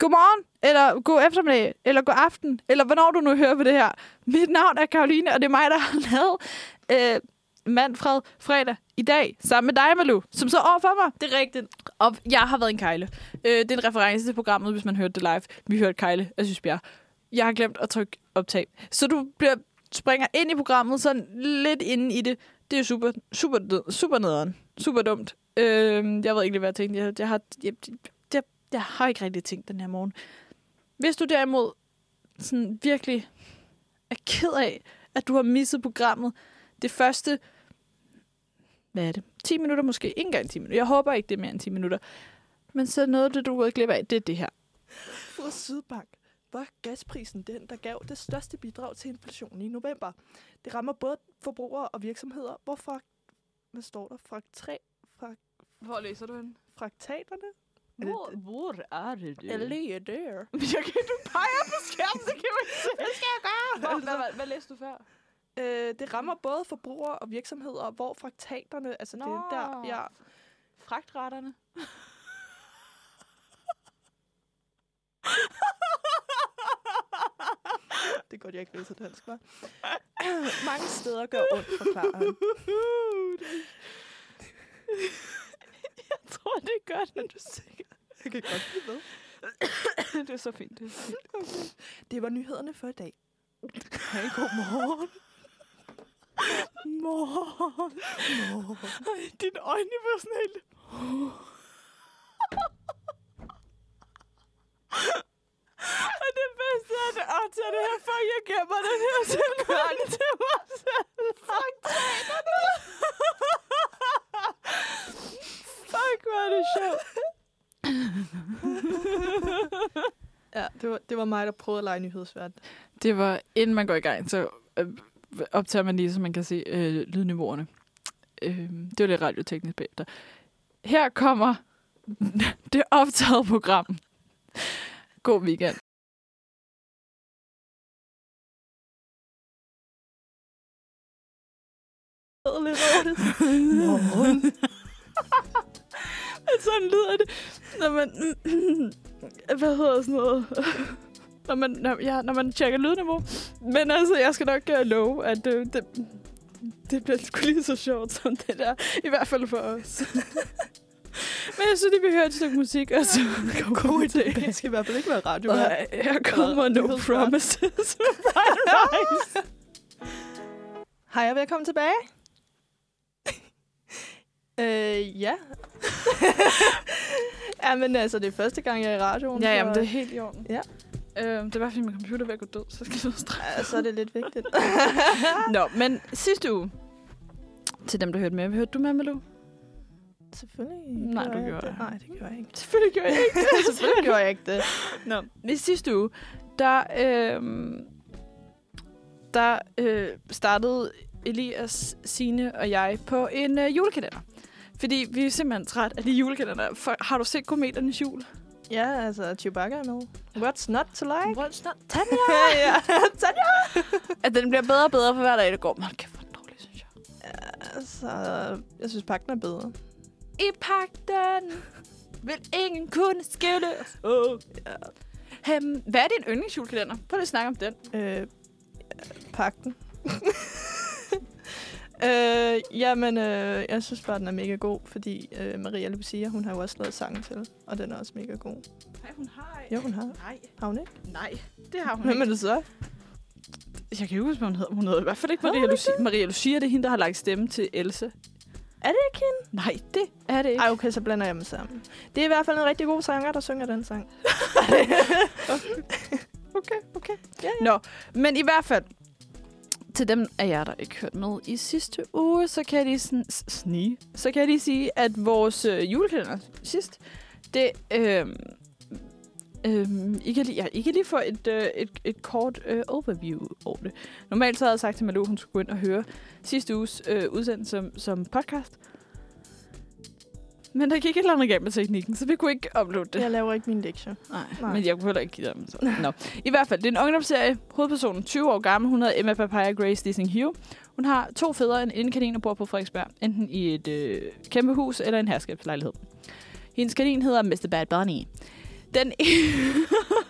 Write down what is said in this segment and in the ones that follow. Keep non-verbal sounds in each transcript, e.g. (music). godmorgen, eller god eftermiddag, eller god aften, eller hvornår du nu hører på det her. Mit navn er Karoline, og det er mig, der har lavet øh, Manfred fredag i dag, sammen med dig, Malu, som så overfor mig. Det er rigtigt. Og jeg har været en kejle. Øh, det er en reference til programmet, hvis man hørte det live. Vi hørte kejle af Sysbjerg. Jeg har glemt at trykke optag. Så du bliver, springer ind i programmet sådan lidt inde i det. Det er super, super, ned- super nederen. Super dumt. Øh, jeg ved ikke lige, hvad jeg tænkte. Jeg, jeg, har, jeg, jeg, jeg har ikke rigtig tænkt den her morgen. Hvis du derimod sådan virkelig er ked af, at du har misset programmet, det første hvad er det? 10 minutter måske. Ikke engang 10 minutter. Jeg håber ikke, det er mere end 10 minutter. Men så noget, af det du er gået glip af, det er det her. Fra Sydbank var gasprisen den, der gav det største bidrag til inflationen i november. Det rammer både forbrugere og virksomheder, hvorfor, hvad står der, fraktra, frak, Hvor læser du hende? fraktaterne? Hvor, hvor er det det? Yeah. Eller der. Jeg kan, du peger på skærmen, så kan man se. Hvad skal jeg gøre? Hvor- hvad- hvad læste du før? Øh, det rammer både forbrugere og virksomheder, hvor fraktaterne, altså Nå. det er der, Nå. ja. Fragtretterne. Det er godt, jeg ikke læser dansk, var. (laughs) Mange steder gør ondt, forklarer han. (laughs) jeg tror, det er godt. Er du sikker? Jeg kan godt blive ved. (coughs) det er så fint. Det er Det var nyhederne for i dag. Ha' en god morgen. Morgen. Ej, dine øjne var sådan helt... Og det bedste er, at åh, tag det her, før jeg gemmer den her telefon til mig selv. Fuck, Fuck, hvor er det sjovt. Ja, det var, det var mig, der prøvede at lege nyhedsvært. Det var, inden man går i gang, så øh, optager man lige, så man kan se øh, lydniveauerne. Øh, det var lidt radioteknisk bagefter. Her kommer (laughs) det optaget program. God weekend. Lidt (laughs) Morgen. sådan lyder det, når man... hvad hedder sådan noget? når, man, når, ja, når man tjekker lydniveau. Men altså, jeg skal nok uh, love, at uh, det, det bliver sgu lige så sjovt som det der. I hvert fald for os. Men jeg synes, at vi hører et stykke musik, og så kommer vi Det tilbage. skal i hvert fald ikke være radio. hva'? Nej, her kommer No Eller- Promises. (laughs) Hej og velkommen tilbage. (laughs) øh, ja. (laughs) ja, men altså, det er første gang, jeg er i radioen. så- helt i orden. Ja. Øhm, det er bare fordi min computer er ved at gå død, så skal jeg straks. Ja, så er det lidt (laughs) vigtigt. Nå, men sidste uge, til dem, der hørte med, hørte du med, Malou? Selvfølgelig. Nej, du jeg gjorde det. det. Nej, det gjorde jeg ikke. Selvfølgelig gjorde jeg (laughs) ikke det. Selvfølgelig gjorde jeg ikke det. Nå, i sidste uge, der, øh, der øh, startede Elias, Sine og jeg på en øh, julekalender. Fordi vi er simpelthen træt af de julekalender. For, har du set kometernes jul? Ja, altså, Chewbacca er med. What's not to like? (laughs) Tanja! ja, Tanja! At den bliver bedre og bedre for hver dag, der går. Man kæft, hvor er den dårlig, synes jeg. Altså, jeg synes, pakken er bedre. I pakten vil ingen kunne skille os. Oh. Ja. Øhm, hvad er din yndlingsjulekalender? Prøv lige at snakke om den. Øh, pakten. (laughs) øh, jamen, øh, jeg synes bare, den er mega god, fordi øh, Maria Lucia, hun har jo også lavet sangen til, og den er også mega god. Nej, hun har Jo, hun har. Nej, Har hun ikke? nej. Det har hun Hvem ikke. er det så? Jeg kan ikke huske, hvad hun hedder. Hun hedder i hvert fald ikke Hedder Maria hun ikke Lucia. Maria Lucia, det er hende, der har lagt stemme til Else. Er det ikke hende? Nej, det er det ikke. Ej, okay, så blander jeg dem sammen. Det er i hvert fald en rigtig god sanger, der synger den sang. okay, okay. Ja, Nå, men i hvert fald, til dem af jer, der ikke hørte med i sidste uge, så kan jeg lige, sn- s- snige. Så kan jeg lige sige, at vores øh, julekalender sidst, det... Øh, Øhm, I, kan lige, ja, I kan lige få et, øh, et, et kort øh, overview over det. Normalt så havde jeg sagt til Malou, hun skulle gå ind og høre sidste uges øh, udsendelse som, som podcast. Men der gik et eller andet galt med teknikken, så vi kunne ikke uploade det. Jeg laver ikke min lektier. Nej, Nej. men jeg kunne heller ikke give dem. Så. Nå. I hvert fald, det er en ungdomsserie. Hovedpersonen 20 år gammel. Hun hedder Emma Papaya Grace Dissing Hugh. Hun har to fædre, en indekanin og bor på Frederiksberg. Enten i et øh, kæmpe hus eller en herskabslejlighed. Hendes kanin hedder Mr. Bad Bunny. Den, e-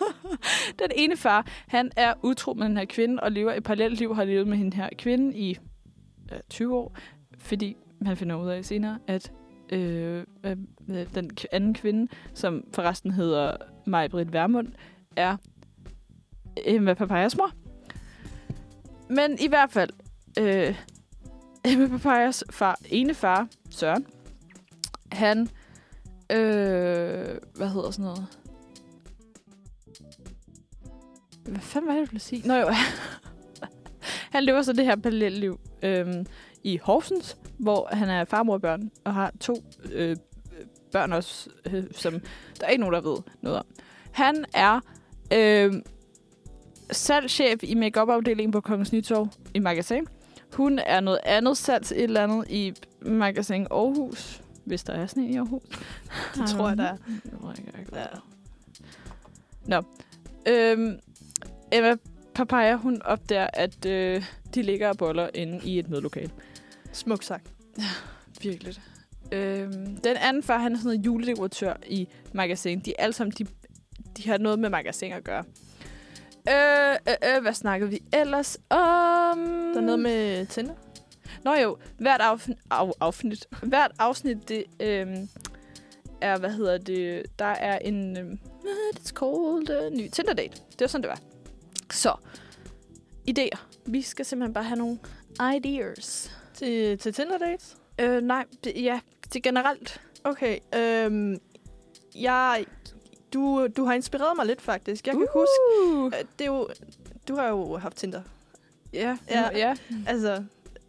(laughs) den ene far, han er utro med den her kvinde og lever et parallelt liv, har levet med hende her kvinde i øh, 20 år, fordi han finder ud af senere, at øh, øh, øh, den k- anden kvinde, som forresten hedder Maj-Brit Vermund, er Emma Papayas mor. Men i hvert fald, øh, (laughs) Emma Papayas far, ene far, Søren, han, øh, hvad hedder sådan noget? Hvad fanden var det, du ville sige? Nå jo, (laughs) han lever så det her parallelliv øhm, i Horsens, hvor han er farmor og børn, og har to øh, børn også, øh, som der er ikke nogen, der ved noget om. Han er øh, salgschef i makeup afdelingen på Kongens Nytorv i Magasin. Hun er noget andet salgs et eller andet i Magasin Aarhus, hvis der er sådan en i Aarhus. (laughs) Det tror jeg, der er. Det tror jeg ikke. Ja. Nå. Øhm, Emma Papaya, hun opdager, at øh, de ligger og boller inde i et mødelokale. Smuk sagt. Virkelig. Øhm, den anden far, han er sådan noget juledekoratør i magasin. De er alle sammen, de, de har noget med magasin at gøre. Øh, øh, øh, hvad snakkede vi ellers om? Der er noget med Tinder. Nå jo, hvert afsnit, af, afsnit, hvert afsnit det, øhm, er, hvad hedder det, der er en, øhm, it's called, øh, ny Tinder-date. Det var sådan, det var. Så, idéer. Vi skal simpelthen bare have nogle ideas. Til, til Tinder dates? Øh, nej, det, ja, det er generelt. Okay, øhm, jeg, du, du har inspireret mig lidt faktisk. Jeg kan uh. huske, Uh, at det er jo, du har jo haft Tinder. Ja, Ja. ja. ja. Altså,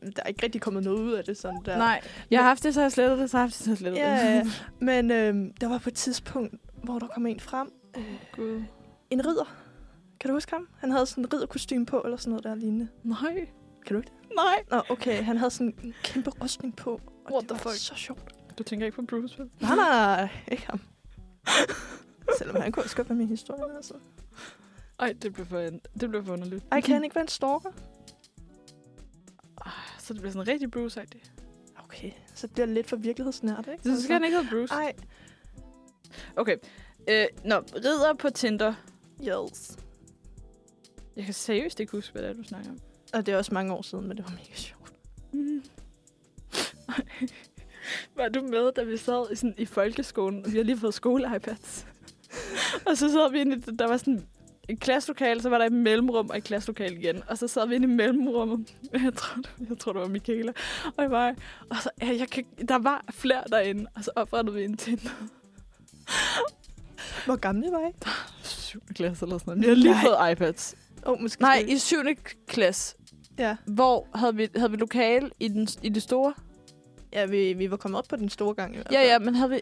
der er ikke rigtig kommet noget ud af det sådan der. Mm. Nej, jeg har haft det, så har jeg slettet det, så har jeg haft det, så har jeg slettet Ja, det. ja, (laughs) ja. men øhm, der var på et tidspunkt, hvor der kom en frem. Øh, Gud. en ridder. Kan du huske ham? Han havde sådan en ridderkostume på, eller sådan noget der lignende. Nej. Kan du ikke det? Nej. Nå, okay. Han havde sådan en kæmpe rustning på. Og What det the var fuck? så sjovt. Du tænker ikke på Bruce, vel? Nej, nej, nej, ikke (laughs) ham. Selvom han kunne også godt være min historie, altså. Ej, det blev for, det blev for underligt. Ej, kan han ikke være en stalker? Så det bliver sådan rigtig Bruce-agtigt. Okay, så det bliver lidt for virkelighedsnært, ikke? Altså. Så skal han ikke hedde Bruce. Ej, Okay. Øh, nå, ridder på Tinder. yes. Jeg kan seriøst ikke huske, hvad det er, du snakker om. Og det er også mange år siden, men det var mega sjovt. Mm. (laughs) Var du med, da vi sad i, sådan, i folkeskolen, og vi har lige fået skole-iPads? (laughs) og så sad vi inde i, der var sådan et klasselokale, så var der et mellemrum og et klasselokale igen. Og så sad vi inde i mellemrummet. (laughs) Jeg tror, det, jeg tror, det var Michaela og jeg var. Og så, ja, jeg kan, der var flere derinde, og så oprettede vi en Tinder. Hvor gamle var I? 7. klasse eller sådan noget. Vi har lige Nej. fået iPads. Åh, oh, måske Nej, skal vi- i 7. klasse. Ja, Hvor havde vi, havde vi lokale i, den, i det store? ja vi, vi var kommet op på den store gang i hvert Ja, fald. ja, men havde vi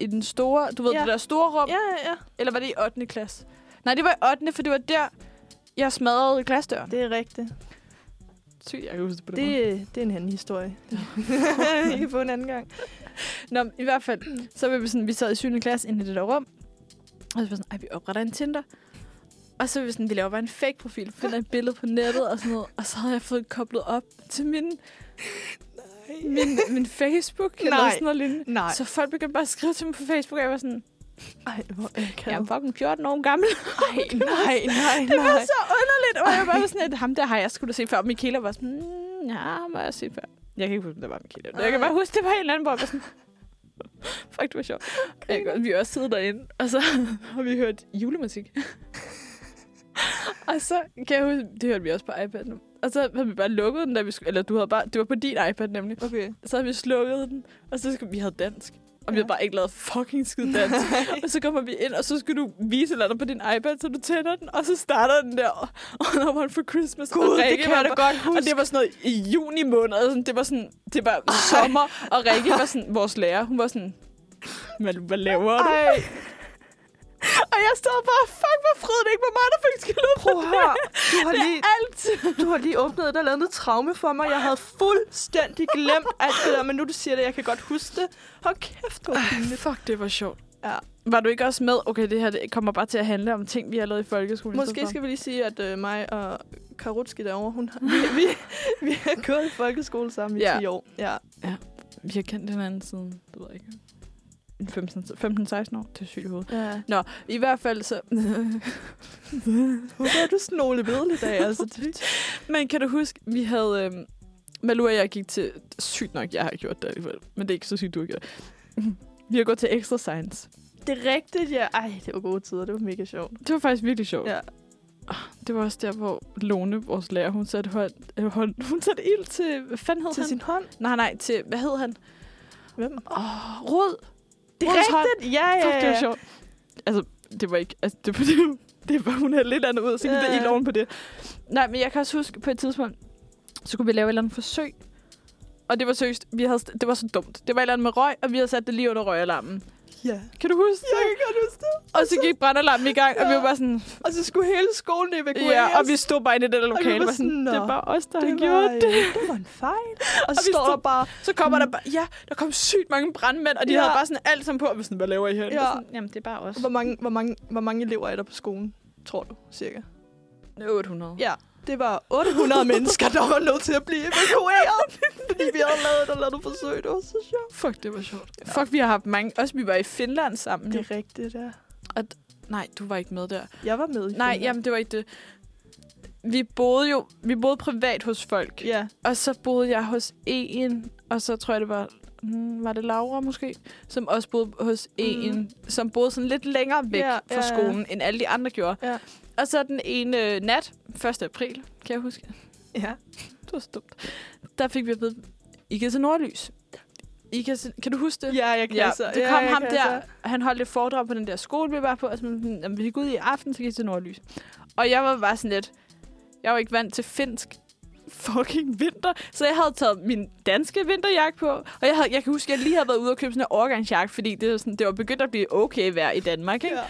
i den store, du ved, Ja. ja. det der store rum? Ja. Ja, ja, ja. Eller var det i 8. klasse? Nej, det var i 8. for det var der, jeg smadrede klassedøren. Det er rigtigt. Sygt, jeg kan huske det på det. Det, det er en anden (laughs) historie. (laughs) I kan få en anden gang. Nå, men i hvert fald, så var vi sådan, vi sad i 7. klasse inde i det der rum. Og så var vi sådan, ej, vi opretter en Tinder. Og så var vi sådan, vi laver bare en fake profil, finder et billede på nettet og sådan noget. Og så havde jeg fået koblet op til min, min, min Facebook eller Nej. sådan noget lignende. Nej. Så folk begyndte bare at skrive til mig på Facebook, og jeg var sådan, Ej, hvor akavet. jeg er fucking 14 år gammel. nej, (laughs) nej, nej, Det var nej. så underligt, og jeg var bare sådan, at ham der har jeg skulle da set før. Og Michaela var sådan, mm, ja, ham har jeg set før. Jeg kan ikke huske, om det var Michaela. Men Jeg kan Nej. bare huske, det var en eller anden, hvor jeg var sådan, (laughs) fuck, det var sjovt. Jeg kan godt- vi har også siddet derinde, og så (laughs) har vi hørt (laughs) julemusik. og så kan jeg huske, det hørte vi også på iPad nu. Og så havde vi bare lukket den, da vi skulle, eller du havde bare, det var på din iPad nemlig. Okay. Så havde vi slukket den, og så skulle vi have dansk. Og vi Ja. havde bare ikke lavet fucking skid dansk. (laughs) Og så kommer vi ind, og så skal du vise et eller andet på din iPad, så du tænder den, og så starter den der All I Want For Christmas. og Gud, det Rikke kan var jeg da bare- godt Og huske. det var sådan noget i juni måned, og sådan, det var sådan, det var sommer, og Rikke var sådan, vores lærer, hun var sådan, hvad, hvad laver du? Ej, Og jeg stod bare, fuck, hvor fred det ikke var mig, der fik skæld ud på prøv at høre. Du har, lige, alt. du har lige åbnet et eller andet traume for mig. Jeg havde fuldstændig glemt alt det der, men nu du siger det, jeg kan godt huske det. Hold kæft, hvor pinligt. Fuck, det var sjovt. Ja. Var du ikke også med? Okay, det her det kommer bare til at handle om ting, vi har lavet i folkeskolen. i stedet Måske for. skal vi lige sige, at øh, mig og Karutski derovre, hun har, vi, vi, vi har gået i folkeskole sammen i Ja. 10 år. Ja. Vi har kendt hinanden siden, det ved jeg ikke. 15-16 år. Det er sygt i hovedet. Ja. I hvert fald så... Hvorfor er du sådan Ole Vedel i dag? (laughs) Altså, det, Men kan du huske, vi havde... Øhm, Malou og jeg gik til... Sygt nok, jeg har gjort det alligevel. Men det er ikke så sygt, du har gjort (laughs) det. Vi har gået til Extra Science. det er rigtigt, ja. Ej, det var gode tider. Det var mega sjovt. Det var faktisk virkelig sjovt. Ah, Ja. Det var også der, hvor Lone, vores lærer, hun satte, hånd, øh, hånd, hun satte ild til... Hvad fanden hed Til han? sin hånd. Nej, nej, til... Hvad hed han? Hvem? Åh, oh, Rød. Det er Røds hånd. rigtigt. Ja, ja, ja. Fuck, det var sjovt. Altså, det var ikke... Altså, det (laughs) var, det var, det var hun havde lidt andet ud, og så gik Ja. der ild oven på det. Nej, men jeg kan også huske, på et tidspunkt, så kunne vi lave et eller andet forsøg. Og det var seriøst, vi havde, det var så dumt. Det var et eller andet med røg, og vi havde sat det lige under røgalarmen. Ja. Kan du huske Jeg det? kan godt huske det. Og så gik brandalarmen i gang, og vi Ja. var bare sådan... Og så skulle hele skolen evakueres. Ja, og vi stod bare inde i det der lokale, og var var sådan, sådan, det "Nå, var os, der har det gjort var, det. øh, det var en fejl. Og, og vi vi står stod- bare, Så kommer der bare, ja, der kom sygt mange brandmænd, og de ja. Ja. havde bare sådan alt sammen på, og vi sådan, hvad laver I her? Ja. Ja. Sådan, Jamen, det er bare os. hvor mange, hvor, mange, hvor mange elever er der på skolen, tror du, cirka? 800. Ja, det var (laughs) 800 mennesker, der var nødt til at blive evakueret, fordi vi havde lavet et eller andet forsøg. Det var så sjovt. Fuck, det var sjovt. Ja. Fuck, vi har haft mange. Også vi var i Finland sammen. Det Det. er rigtigt, ja. Nej, du var ikke med der. Jeg var med i Nej, Finland. jamen, det var ikke det. Vi boede jo vi boede privat hos folk. Ja, Og så boede jeg hos en, og så tror jeg, det var... Hmm, var det Laura måske? Som også boede hos en, som boede sådan lidt længere væk Ja, Mm. ja, ja, fra ja. skolen, end alle de andre gjorde. Ja. Og så den ene øh, nat, 1. april, kan jeg huske, ja. det var så dumt, der fik vi at vide, I kan se nordlys. I kan, se, kan du huske det? Ja, jeg kan Ja, så. det kom ja, ja, jeg ham kan der, så. han holdt et foredrag på den der skole, vi var på, og så var han sådan, "Jamen, vi gik ud i aften, så gik det til Nordlys. Og jeg var bare sådan lidt, jeg var ikke vant til finsk fucking vinter, så jeg havde taget min danske vinterjakke på, og jeg, havde, jeg kan huske, at jeg lige havde været ude og købe sådan en overgangsjakke, fordi det var, sådan, det var begyndt at blive okay vejr i Danmark, ikke? Ja.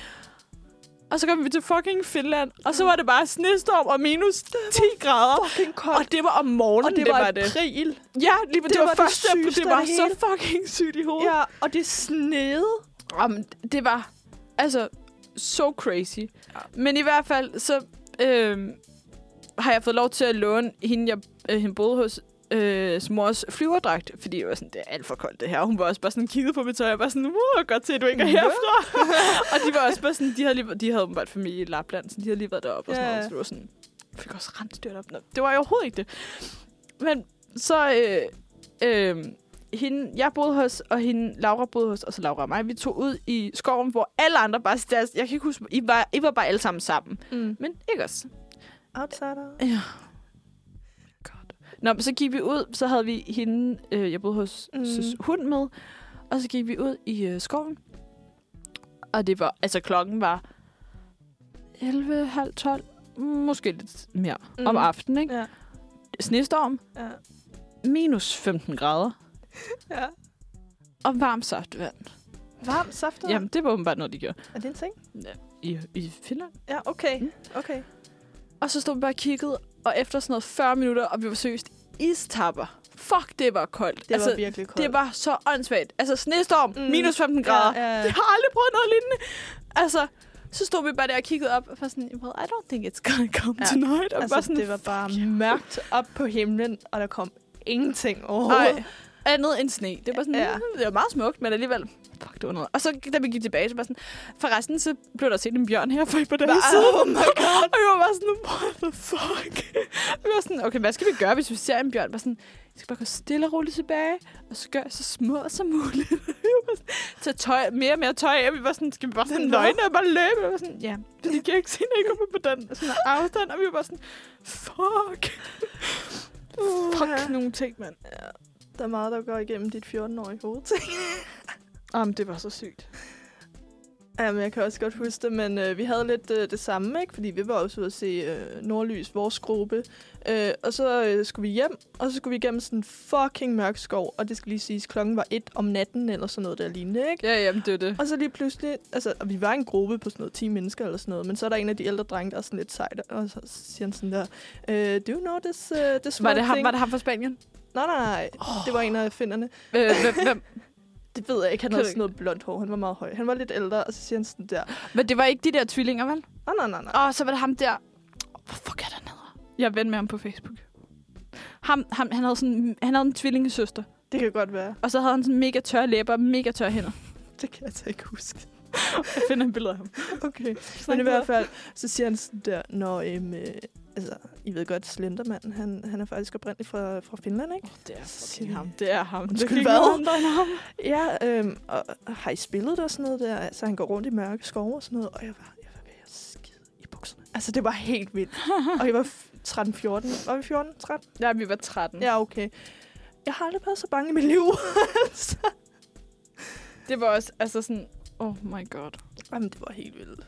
Og så kom vi til fucking Finland, og så var det bare snestorm og minus 10 grader. Fucking Og koldt. det var om morgenen, Og det, var, det. april. Ja, lige, det, det, var, var det første, det, sygeste det af var det så hele. fucking sygt i hovedet. Ja, og det snede. Jamen, det var altså so crazy. Ja. Men i hvert fald, så øh, har jeg fået lov til at låne hende, jeg øh, hende boede hos, øh, mors flyverdragt, fordi jeg var sådan, det er alt for koldt det her. Og hun var også bare sådan kigget på mit tøj, og jeg var sådan, wow, godt til, at du ikke er herfra. og de var også bare sådan, de havde, lige, de havde åbenbart familie i Lapland, så de havde lige været deroppe og sådan Ja. noget, så det var sådan, jeg fik også rensdyrt op. Nå, det var jeg overhovedet ikke det. Men så, øh, øh, hende, jeg boede hos, og hende, Laura boede hos, og så Laura og mig, vi tog ud i skoven, hvor alle andre bare, deres, jeg kan ikke huske, I var, I var bare alle sammen sammen, Mm. men ikke os. Outsider. God. Nå, men så gik vi ud, så havde vi hende, øh, jeg boede hos Mm. mm. søs hund med, og så gik vi ud i øh, skoven, og det var, altså klokken var 11, halv 12, måske lidt mere, mm. om aftenen, ikke? Ja. Snestorm, Ja. minus 15 grader, ja. og varm saftvand. Varm saftet. Jamen, det var åbenbart noget, de gjorde Er det en ting? i, i Finland. Ja, okay. Mm. Okay. Og så stod vi bare og kiggede, og efter sådan noget 40 minutter, og vi var seriøst istapper. Fuck, det var koldt. Det altså, var virkelig koldt. det var så åndssvagt. Altså snestorm, Mm. mm. minus 15 grader. Ja, ja. Jeg har aldrig prøvet noget lignende. Altså, så stod vi bare der og kiggede op, og var sådan, well, I don't think it's gonna come Ja. ja. tonight. Og altså, bare sådan, det var bare mørkt op på himlen, og der kom ingenting overhovedet. Nej, andet end sne. Det var sådan, Ja. ja. det var meget smukt, men alligevel, fuck, det var noget. Og så, da vi gik tilbage, så var sådan, forresten, så blev der set en bjørn her for et par dage Hva- siden. Oh my god. (laughs) Og vi var bare sådan, what the fuck? (laughs) Vi var sådan, okay, hvad skal vi gøre, hvis vi ser en bjørn? Bare sådan, vi skal bare gå stille og roligt tilbage, og så gøre så små som muligt. (laughs) Vi var sådan, Tag tøj, mere og mere tøj af. Vi var sådan, skal vi bare sådan Nå. nøgne og bare løbe? Vi var sådan, ja, fordi jeg kan ikke se, når jeg kommer på den sådan en afstand. Og vi var bare sådan, fuck. Fuck nogle ting, mand. Der er meget, der går igennem dit 14-årige hoved. Jamen, det var så sygt. Jamen, jeg kan også godt huske det, men øh, vi havde lidt øh, det samme, ikke? Fordi vi var også ude at se øh, Nordlys, vores gruppe. Øh, og så øh, skulle vi hjem, og så skulle vi igennem sådan en fucking mørk skov. Og det skal lige siges, klokken var et om natten eller sådan noget der lignende, ikke? Ja, jamen, det er det. Og så lige pludselig, altså, og vi var en gruppe på sådan noget 10 mennesker eller sådan noget, men så er der en af de ældre drenge, der er sådan lidt sejt, og så siger han sådan der, øh, do you know this, uh, this Var one det ham, thing? var det ham fra Spanien? Nej, nej, nej, oh. det var en af finderne. Øh, hvem, hvem? (laughs) Det ved jeg ikke, han Kan havde du sådan noget blondt hår, han var meget høj. Han var lidt ældre, og så siger han sådan der, Men det var ikke de der tvillinger, vel? nej, nej, nej, nej. Og så var det ham der. Hvor fuck er den hedder? Jeg er ven med ham på Facebook. Ham, ham, han, havde sådan, han havde en tvillingesøster, Det kan godt være. og så havde han sådan mega tørre læber og mega tørre hænder. (laughs) Det kan jeg altså ikke huske. Jeg finder et billede af ham. Okay. Men i hvert fald, så siger han sådan der, når øhm, øh, altså, I ved godt, Slendermanden, han, han er faktisk oprindeligt fra, fra Finland, ikke? Oh, det er Sig- fucking ham. Det er ham. Det Undskyld, kan ikke hvad? være andre end ham. Ja, øhm, og og har I spillet det og sådan noget der? Altså, han går rundt i mørke skove og sådan noget, og jeg var, jeg var ved at skide i bukserne. Altså, det var helt vildt. og jeg var f- 13-14. Var vi 14? 13? Ja, vi var 13. Ja. Ja, okay. Jeg har aldrig været så bange i mit liv. (laughs) altså. så, Det var også altså sådan, oh my god. jamen, det var helt vildt.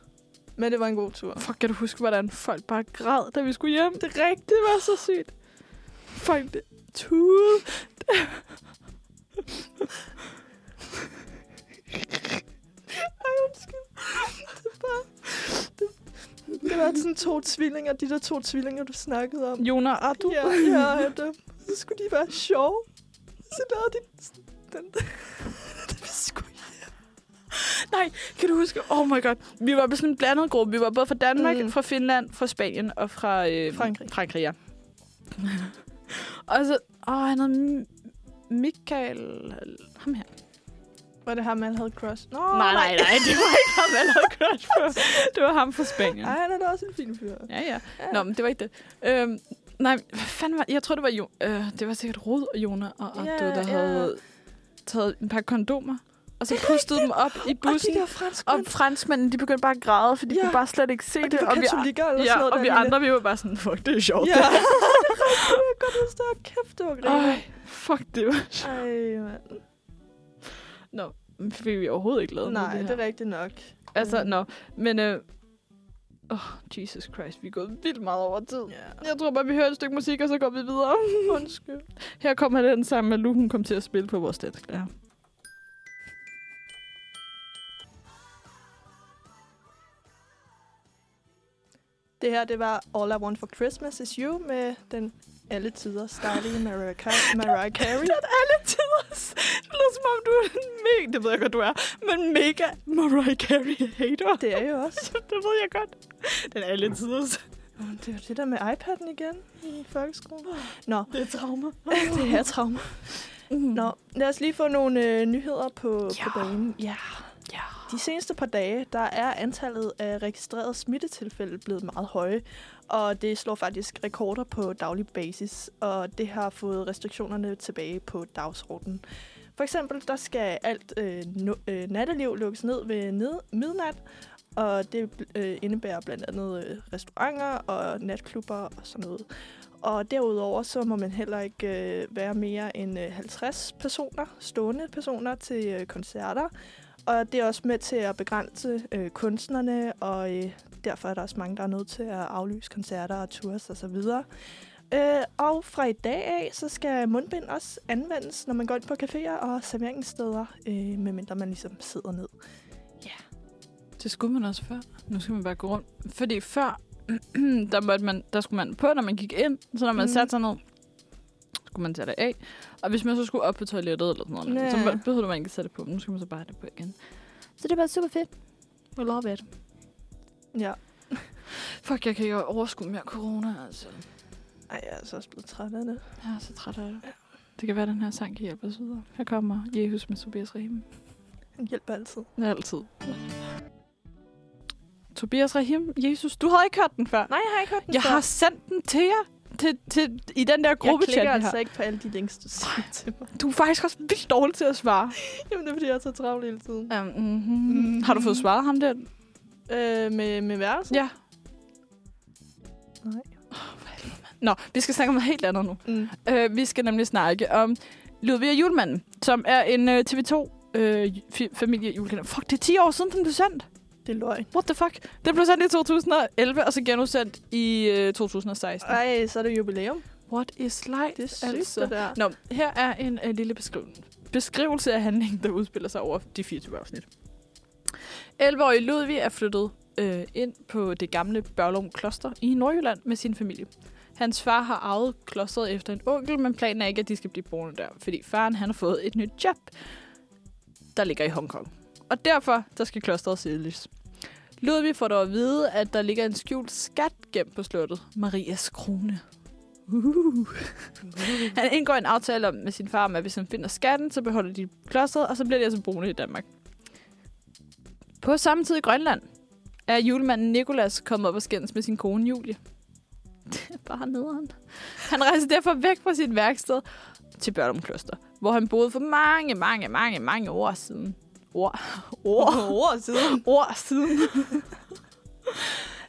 Men det var en god tur. Fuck, kan du huske, hvordan folk bare græd, da vi skulle hjem? Det er rigtigt, det var så sygt. Folk, det tude. Ej, undskyld. Det er bare... Det, det var sådan to tvillinger, de der to tvillinger, du snakkede om. Jonas og Ardu. Ja, ja, dem. Så skulle de være sjove. Så lavede de den Det var sgu (laughs) Nej, kan du huske? Oh my god. Vi var på sådan en blandet gruppe. Vi var både fra Danmark, Mm. mm. fra Finland, fra Spanien og fra... Øh, Frankrig. Frankrig, ja. (laughs) og så... Åh, oh, han hed M- Michael... Ham her. Var det ham, han havde crush? Nå, nej, nej, nej. Det var ikke ham, jeg havde crush på. Det var ham fra Spanien. Ej, han er da også en fin fyr. Ja, ja. Ja. Nå, men det var ikke det. Øhm, nej, hvad fanden var... Jeg tror, det var... Jo, øh, det var sikkert Rod og Jona og Ardo, Ja, der ja. havde taget en par kondomer. Og så Det er (laughs) pustede dem rigtigt. op i bussen. Og de der franske Og franskmændene, de begyndte bare at græde, for de Ja. ja. kunne bare slet ikke se og det. de var katolikker eller ja, sådan noget. og vi derinde. andre, vi var bare sådan, fuck, (laughs) det er sjovt. Ja, (laughs) det er godt huske, det var kæft, det var Ej, griner. fuck, det var sjovt. Ej, mand. Nå, fik vi overhovedet ikke lavet Nej, noget, det det er rigtigt nok. her. Altså, nå, men... Øh, oh, Jesus Christ, vi er gået vildt meget over tid. Ja. Jeg tror bare, vi hører et stykke musik, og så går vi videre. (laughs) Undskyld. Her kommer den sammen med Lu, hun kom til at spille på vores dansk. Ja. Det her, det var All I Want For Christmas Is You med den alle tider starlige Mariah, Car- Mariah Carey. (laughs) Det er et alle tiders. Det lyder som om, du er en mega... Det ved jeg godt, du er. Men mega Mariah Carey-hater. Det er jo også. (laughs) det ved jeg godt. Den er alle tiders. Det er jo det der med iPad'en igen i folkeskolen. Nå, Det er trauma. (laughs) det er mm. trauma. Nå, lad os lige få nogle øh, nyheder på, Ja. ja. på banen. Ja. Ja. De seneste par dage, der er antallet af registrerede smittetilfælde blevet meget høje, og det slår faktisk rekorder på daglig basis, og det har fået restriktionerne tilbage på dagsordenen. For eksempel, der skal alt øh, no, øh, natteliv lukkes ned ved ned, midnat, og det øh, indebærer blandt andet øh, restauranter og natklubber og sådan noget. Og derudover så må man heller ikke øh, være mere end øh, 50 personer, stående personer til øh, koncerter. Og det er også med til at begrænse øh, kunstnerne, og øh, derfor er der også mange, der er nødt til at aflyse koncerter og tours osv. Og, øh, og fra i dag af, så skal mundbind også anvendes, når man går ind på caféer og serveringssteder, øh, medmindre man ligesom sidder ned. Det skulle man også før. Nu skal man bare gå rundt. Fordi før, (clears throat) der, måtte man, der skulle man på, når man gik ind. Så når man Mhm. mm. satte sig ned, skulle man tage det af. Og hvis man så skulle op på toilettet eller sådan noget, Ja. så behøvede man ikke at sætte det på. Nu skal man så bare have det på igen. Så det er bare super fedt. I love it. Ja, Fuck, jeg kan ikke overskue mere corona, altså. Ej, jeg er altså også blevet træt af det. Jeg er så træt af det. Det kan være, at den her sang kan hjælpe os videre. Her kommer Jesus med Tobias Rahim. Han hjælper altid. Altid. Tobias Rahim, Jesus, du havde ikke hørt den før. Nej, jeg har ikke hørt den Jeg før. har sendt den til jer til, til, i den der Jeg gruppechat, klikker jeg altså altså. ikke på alle de links, du siger til mig. Du er faktisk også vildt dårlig til at svare. Jamen, det er, fordi jeg er så travlt hele tiden. Um, mm-hmm. Har du fået svaret ham der? Øh, med, med værelsen? Ja. Nej. Nå, vi skal snakke om noget helt andet nu. Mm. Uh, vi skal nemlig snakke om Ludvig og julemanden, som er en uh, TV2 uh, familie julekalender. Fuck, det er 10 år siden, den blev sendt. Det er løgn. What the fuck? Den blev sendt i 2011, og så genudsendt i uh, 2016. Ej, så er det jubilæum. What is life? Det er sygt, altså. det der. Nå, her er en uh, lille beskrivelse. beskrivelse af handlingen, der udspiller sig over de 24 afsnit. 11-årige Ludvig er flyttet øh, ind på det gamle Børlum Kloster i Nordjylland med sin familie. Hans far har arvet klosteret efter en onkel, men planen er ikke, at de skal blive boende der, fordi faren han har fået et nyt job, der ligger i Hongkong. Og derfor der skal klosteret sælges. Ludvig får dog at vide, at der ligger en skjult skat gemt på slottet. Marias krone. Uhuhu. (laughs) Han indgår en aftale om, med sin far om, at hvis han finder skatten, så beholder de klosteret, og så bliver de altså boende i Danmark. På samme tid i Grønland er julemanden Nikolas kommet op og skændes med sin kone Julie. (laughs) Det er bare nederen. Han rejser derfor væk fra sit værksted til Børnum Kloster, hvor han boede for mange, mange, mange, mange år siden. År. År. Ord siden. År siden.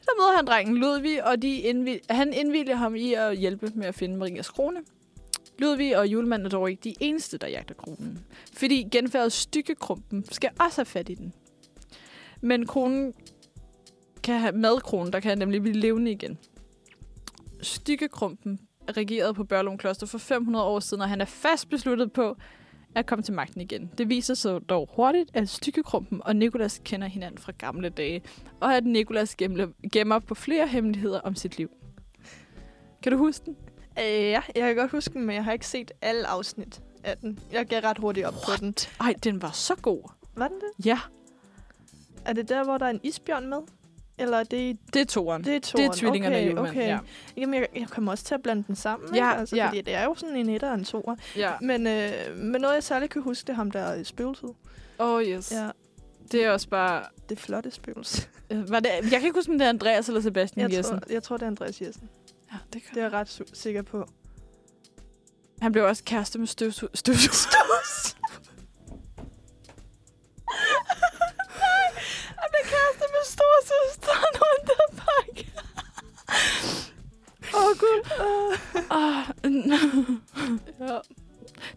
Der møder han drengen Ludvig, og de indvi- han indvilger ham i at hjælpe med at finde Marias krone. Ludvig og julemanden er dog ikke de eneste, der jagter kronen. Fordi genfærdet stykkekrumpen skal også have fat i den. Men kronen kan have, med kronen, der kan han nemlig blive levende igen. Stykkekrumpen regerede på Børlum Kloster for 500 år siden, og han er fast besluttet på at komme til magten igen. Det viser sig dog hurtigt, at Stykkekrumpen og Nikolas kender hinanden fra gamle dage, og at Nikolas gemle- gemmer på flere hemmeligheder om sit liv. Kan du huske den? Øh, ja, jeg kan godt huske den, men jeg har ikke set alle afsnit af den. Jeg gav ret hurtigt op på den. Ej, den var så god. Var den det? Ja, Er det der, hvor der er en isbjørn med? Eller er det, det er toren. det er det toeren? er tvillingerne okay, i Julemanden, okay. ja. Jamen, jeg, jeg kommer også til at blande den sammen, ikke? Ja, altså, ja. fordi det er jo sådan en etter og en toer. ja. Men, øh, men noget, jeg særligt kan huske, det er ham, der er spøgelset. Oh yes. Ja. Ja, Det er også bare... det flotte spøgelse. øh, Var det, jeg kan ikke huske, om det er Andreas eller Sebastian Jeg Jessen. tror, jeg tror, det er Andreas Jessen. Ja, det kan. Det er jeg ret su- sikker på. Han blev også kæreste med støvsu- (laughs) støvsugeren. Han blev kæreste med storsøsteren under bakke. Åh, oh, gud. Uh, ja.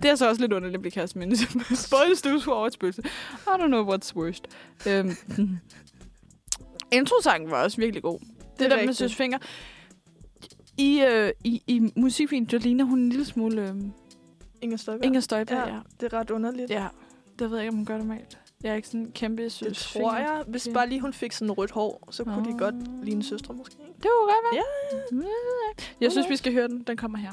Det er så også lidt underligt at blive kastet med en (laughs) både en støvsuger og et spøgelse. I don't know what's worst. Øhm, Introsangen var også virkelig god. Det, er det der med rigtigt. Søs Finger. I, øh, i, i musikvideoen, der ligner hun en lille smule øh, Inger Støjberg. Inger Støjberg. Ja. Det er ret underligt. ja. Det ved jeg ikke, om hun gør normalt. Jeg er ikke sådan en kæmpe Søs Det tror Finger. jeg. Hvis bare lige hun fik sådan rødt hår, så kunne de Åh. godt ligne søstre måske. Det kunne godt være. Mm, Ja. Jeg synes, vi skal høre den. Den kommer (laughs) her.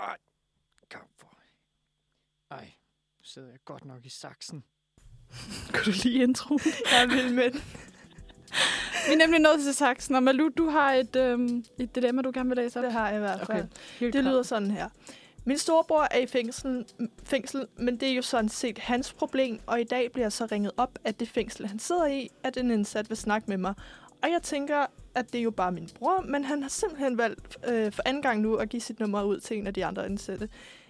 Ej, cowboy. Ej, nu sidder jeg godt nok i saksen. Kunne du lige intro? Jeg er vild med den. (laughs) vi er nemlig nået til saksen. Og Malu, du har et, øhm, et dilemma, du gerne vil læse op. (laughs) Det har jeg i hvert fald. Okay. Helt Det klart. lyder sådan her. Min storebror er i fængsel, fængsel, men det er jo sådan set hans problem, og i dag bliver jeg så ringet op, at det fængsel, han sidder i, at en indsat vil snakke med mig. Og jeg tænker, at det er jo bare min bror, men han har simpelthen valgt øh, for anden gang nu at give sit nummer ud til en af de andre indsatte.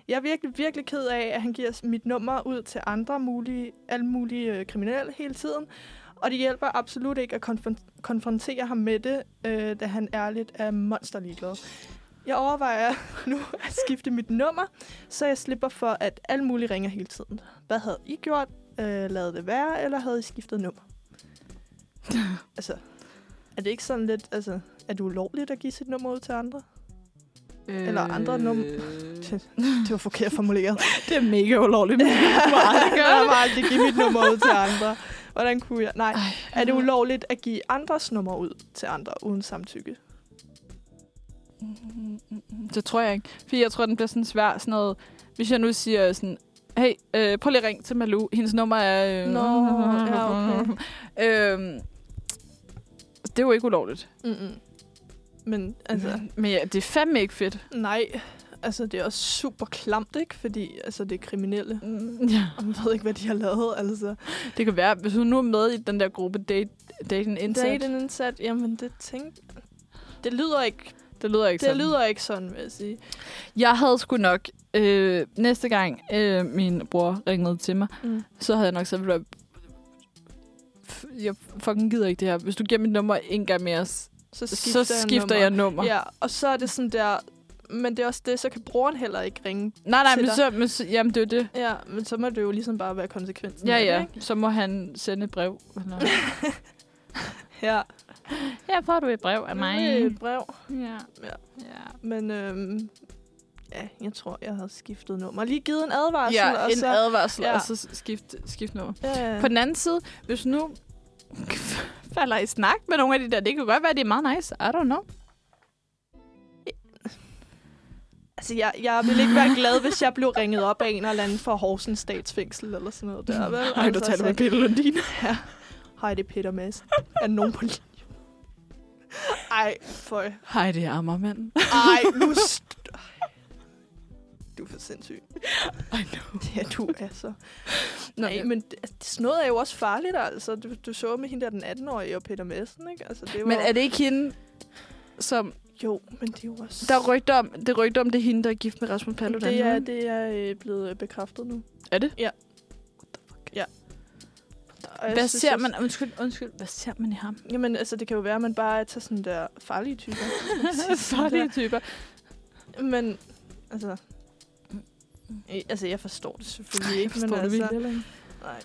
Jeg er virkelig, virkelig ked af, at han giver mit nummer ud til andre mulige, alle mulige øh, kriminelle hele tiden. Og det hjælper absolut ikke at konfron- konfrontere ham med det, øh, da han ærligt er monsterligeglad. Jeg overvejer (laughs) nu at skifte mit nummer, så jeg slipper for, at alle mulige ringer hele tiden. Hvad havde I gjort? Øh, lavet det være, eller havde I skiftet (laughs) nummer? altså, er det ikke sådan lidt, altså, er det ulovligt at give sit nummer ud til andre? Eller andre num- Øh. Det var forkert formuleret. (laughs) Det er mega ulovligt. Men meget Jeg har aldrig give mit nummer ud til andre. Hvordan kunne jeg? Nej. Er det ulovligt at give andres nummer ud til andre uden samtykke? Mm, Det tror jeg ikke. Fordi jeg tror, den bliver sådan svær. Sådan noget, hvis jeg nu siger sådan, hey, øh, prøv lige at ringe til Malou. Hendes nummer er... Øh, Nå, ja, okay. (laughs) øhm, det er jo ikke ulovligt. Mm-mm. Men altså, Altså. Men ja, det er fandme ikke fedt. Nej, altså det er også super klamt, ikke? Fordi altså, det er kriminelle, Ja. og man ved ikke, hvad de har lavet, altså. Det kan være, hvis hun nu er med i den der gruppe date, Dating Insight. Indsat. en indsat, jamen det tænk... Det lyder ikke, det Det lyder ikke sådan. sådan. lyder ikke sådan, vil jeg sige. Jeg havde sgu nok... Øh, næste gang øh, min bror ringede til mig, Mm. så havde jeg nok sagt, at jeg fucking gider ikke det her. Hvis du giver mit nummer en gang mere, s- så skifter jeg nummer. Ja. Ja, og så er det sådan der... Men det er også det, så kan brugeren heller ikke ringe. Nej, nej, Til men dig. så, men så, jamen, det er jo det. Ja, men så må det jo ligesom bare være konsekvensen. Ja, af det, ja. ikke? Så må han sende et brev. Eller... Ja. (laughs) Her får du et brev af mig. Det er et brev. Ja. Ja. ja. Men øhm, ja, jeg tror, jeg havde skiftet nummer. Lige givet en advarsel. Ja, og en så, advarsel, ja. Ja. og så skift, skift nummer. ja, ja. På den anden side, hvis nu falder i snak med nogle af de der, det kan godt være, at det er meget nice. I don't know. Altså, jeg, jeg ville ikke være glad, hvis jeg blev ringet op af en eller anden fra Horsens statsfængsel eller sådan noget der, vel? Ej, du Altså, taler med altså, Peter Lundin. Hej, det er Peter Mads. Er nogen på linje? Ej, føj. Hej, det er Ammermanden. Ej, nu st- Ej. Du er for sindssyg. I know. Ja, du er så. Nå, Nej, ja. men det- altså, sådan noget er jo også farligt, altså. Du, du så med hende der den 18-årige og Peter Madsen, ikke? Altså, det var... Men er det ikke hende, som... Jo, men det er jo også... Der er rygter om, det er rygter om, det er hende, der er gift med Rasmus Paludan. det er, ikke? det er øh, blevet øh, bekræftet nu. er det? Ja. What the fuck? Og jeg Hvad synes ser også- man... Undskyld, undskyld. Hvad ser man i ham? Jamen, altså, det kan jo være, at man bare tager sådan der farlige (laughs) typer. Farlige typer. Men, altså... øh, Altså, jeg forstår det selvfølgelig Jeg ikke, forstår men det altså... vildt heller ikke. Nej.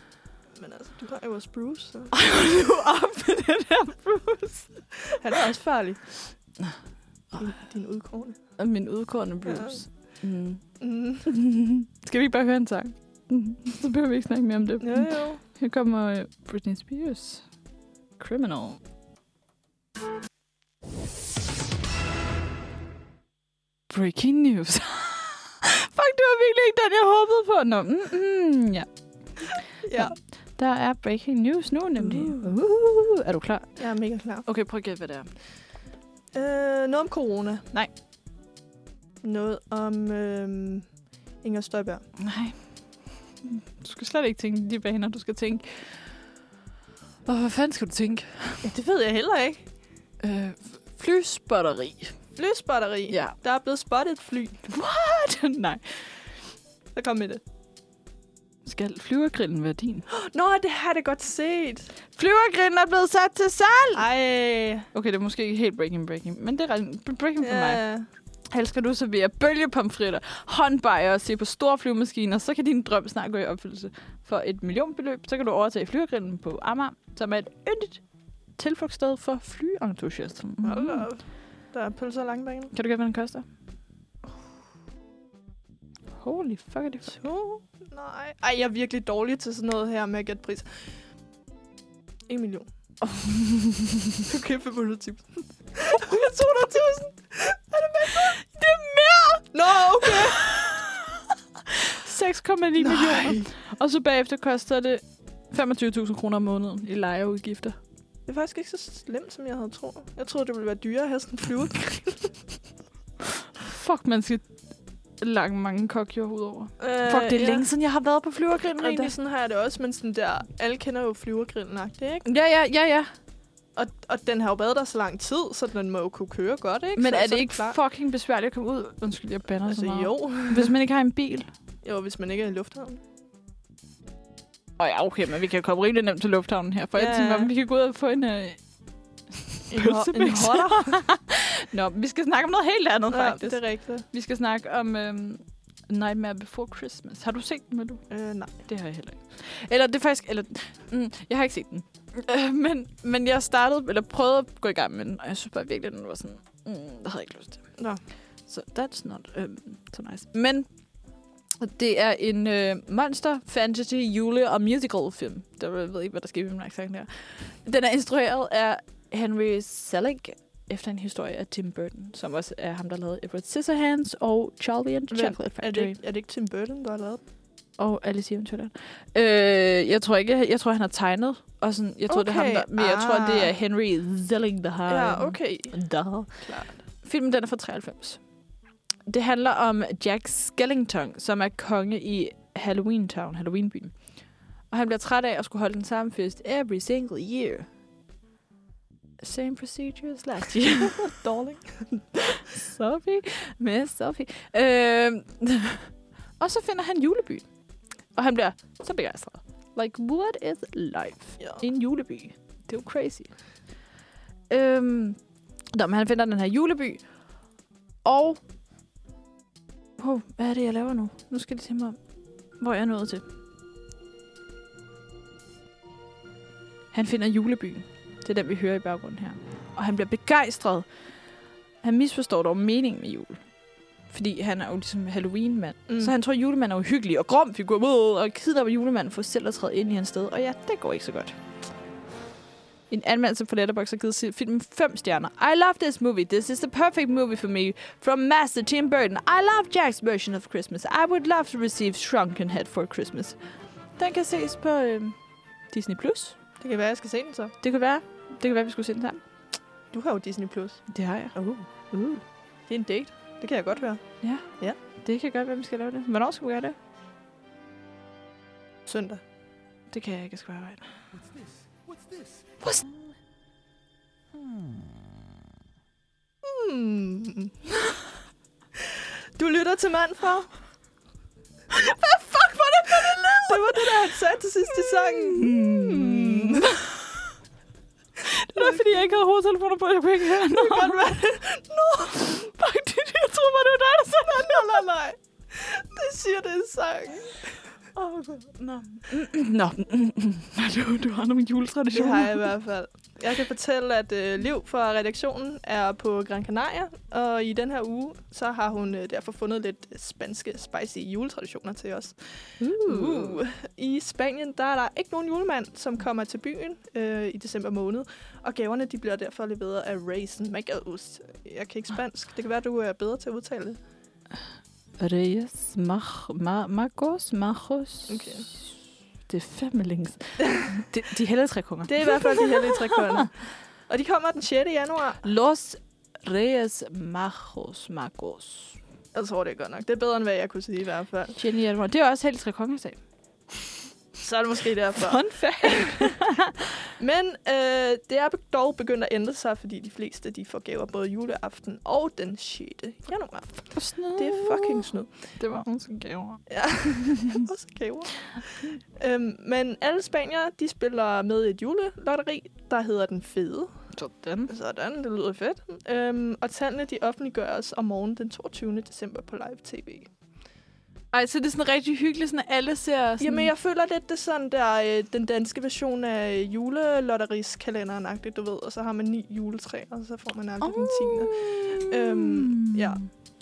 Men altså, du har jo også Bruce, så... Ej, hold nu op med det der, Bruce. Han er også farlig. Din, din (laughs) udkårne. Og min udkårende Bruce. Mm. Mm. Skal vi ikke bare høre en sang? Mhm. Så behøver vi ikke snakke mere om det. Jo, jo. Her kommer øh, Britney Spears. Criminal. Breaking news. (laughs) Fuck, det var virkelig ikke den, jeg håbede på. Nå, mm, mm, ja. Ja. Der er breaking news nu, nemlig. Uh. Uh. er du klar? Jeg er mega klar. Okay, prøv at gætte, hvad det er. Øh, noget om corona. Nej. Noget om øh, Inger Støjberg. Nej. Du skal slet ikke tænke i de baner, du skal tænke. Og hvad fanden skal du tænke? Ja, det ved jeg heller ikke. Øh, flyspotteri. Flyspotteri. Ja. Der er blevet spottet et fly. (laughs) Nej. Så kom med det. Skal flyvergrillen være din? Nå, det har jeg da godt set. Flyvergrillen er blevet sat til salg! Ej. Okay, det er måske ikke helt breaking breaking, men det er ret- breaking for mig. Ja. Elsker du servere bølgepomfritter, håndbejer og se på store flyvemaskiner, så kan din drøm snart gå i opfyldelse. For et millionbeløb, så kan du overtage flyvergrillen på Amager, som er et yndigt tilflugtssted for flyentusiaster. Mm. Hold da op. Der er pølser og langbane. Kan du gætte, hvad den koster? Holy fuck, er det To. Nej. Ej, jeg er virkelig dårlig til sådan noget her med at gætte pris. En (laughs) million. okay, 500 tips. (laughs) (laughs) 200.000! Er det med? Det er mere! Nå, (laughs) okay. 6,9 millioner. Og så bagefter koster det 25.000 kroner om måneden i lejeudgifter. Det er faktisk ikke så slemt, som jeg havde troet. Jeg troede, det ville være dyrere at have sådan en (laughs) flyve. Fuck, man skal lange mange kokjord ud over. Øh, Fuck, det er ja. længe siden, jeg har været på flyvergrillen, Og det, er egentlig. sådan har jeg det også, men sådan der, alle kender jo flyvergrillen, ikke? Ja, ja, ja, ja. Og, og den har jo været der så lang tid, så den må jo kunne køre godt, ikke? Men så, er så det ikke klar. fucking besværligt at komme ud? Undskyld, jeg banner så Altså meget. jo. (laughs) Hvis man ikke har en bil. Jo, hvis man ikke er i lufthavnen. Åh oh, ja, okay, men vi kan komme rimelig nemt til lufthavnen her. For Ja. ja. jeg tænker, om vi kan gå ud og få en, øh, En, ho- en Pølsemix. hotter. (laughs) Nå, vi skal snakke om noget helt andet, ja, (laughs) ja, faktisk. det er rigtigt. Vi skal snakke om øhm, Nightmare Before Christmas. Har du set den, du? Øh, nej. Det har jeg heller ikke. Eller det er faktisk... Eller, mm, jeg har ikke set den. Øh, men, men jeg startede, eller prøvede at gå i gang med den, og jeg synes bare virkelig, at den var sådan... Mm, det havde jeg ikke lyst til. Nå. Så that's not øhm, so nice. Men det er en øh, monster, fantasy, jule- og musical film. Der, jeg ved ikke, hvad der sker med min accent der. Den er instrueret af Henry Selick, efter en historie af Tim Burton, som også er ham, der lavede Edward Scissorhands og Charlie and the Hvem? Chocolate Factory. Er det, ikke, er det ikke Tim Burton, der har lavet den? Og Alice i Eventyrland. Øh, jeg tror ikke, jeg tror, han har tegnet. Og sådan, jeg tror, okay. det er ham, Okay, der, men jeg tror, det er ah. Henry Zelling, der har... Ja, okay. Der. Klart. Filmen, den er fra 93. Det handler om Jack Skellington, som er konge i Halloween Town, Halloweenbyen. Og han bliver træt af at skulle holde den samme fest every single year. Same procedure as last year. Darling. (laughs) Sophie. Miss Sophie. Øhm, (laughs) og så finder han julebyen. Og han bliver så begejstret. Like, what is life Ja. i en juleby? Det er jo crazy. Øhm, nå, men han finder den her juleby. Og... Oh, hvad er det, jeg laver nu? Nu skal det til mig om, hvor jeg er nået til. Han finder julebyen. Det er den, vi hører i baggrunden her. Og han bliver begejstret han misforstår dog meningen med jul. Fordi han er jo ligesom Halloween-mand. Mm. Så han tror, at julemanden er uhyggelig og grum figur. Wow, og kidnapper julemanden for selv at træde ind i hans sted. Og ja, det går ikke så godt. En anmeldelse på Letterboxd har givet filmen 5 stjerner. I love this movie. This is the perfect movie for me. From Master Tim Burton. I love Jack's version of Christmas. I would love to receive Shrunken Head for Christmas. Den kan ses på øh, Disney+. Plus. Det kan være, jeg skal se den så. Det kan være. Det kan være, vi skulle se den sammen. Du har jo Disney+. Plus. Det har jeg. Oh, uh. Det er en date. Det kan jeg godt høre. Det kan godt være, vi skal lave det. Hvornår skal vi gøre det? Søndag. Det kan jeg ikke, jeg skal arbejde. What's this? What's this? Hmm. du lytter til Manfred. Hvad fuck var det for det lyd? Det var det, der han sagde til sidst i sangen. Hmm. Mm. det var fordi, jeg ikke havde hovedtelefoner på, jeg kunne ikke høre noget. Det kan godt være. Nå, fuck det, jeg troede bare, det var dig, der sagde Nej, nej, nej, nej. Det siger det i sangen. Nå. Nå. Du, du har nogle Det juletraditioner. har jeg i hvert fald. Jeg kan fortælle, at øh, Liv fra redaktionen er på Gran Canaria, og i den her uge, så har hun øh, derfor fundet lidt spanske spicy juletraditioner til os. Uh. Uh. I Spanien, der er der ikke nogen julemand, som kommer til byen øh, i december måned, og gaverne de bliver derfor leveret af Raisin Magost. Jeg kan ikke spansk. Det kan være, du er bedre til at udtale det. Reyes, mach, ma, magos, majos. Okay. Det er fandme længes. de, de heldige tre kommer. Det er i hvert fald de heldige tre kunder. Og de kommer den 6. januar. Los Reyes Majos Magos. Jeg tror, det er godt nok. Det er bedre, end hvad jeg kunne sige i hvert fald. Genial. Det er også helt tre konger Så er det måske derfor. Fun fact. Men øh, det er dog begyndt at ændre sig, fordi de fleste de får gaver både juleaften og den 6. januar. Det er fucking snyd. Det var hun som gaver. Ja, (laughs) også gaver. øhm, men alle spaniere, de spiller med i et julelotteri, der hedder Den Fede. Sådan. Sådan, det lyder fedt. Øhm, og tallene, de offentliggøres om morgenen den 22. december på live tv. Ej, så det er sådan rigtig hyggeligt, sådan at alle ser sådan... Jamen, jeg føler lidt, det er sådan der, øh, den danske version af julelotteriskalenderen, du ved. Og så har man ni juletræer, og så får man aldrig oh. den Oh. 10. Øhm, ja.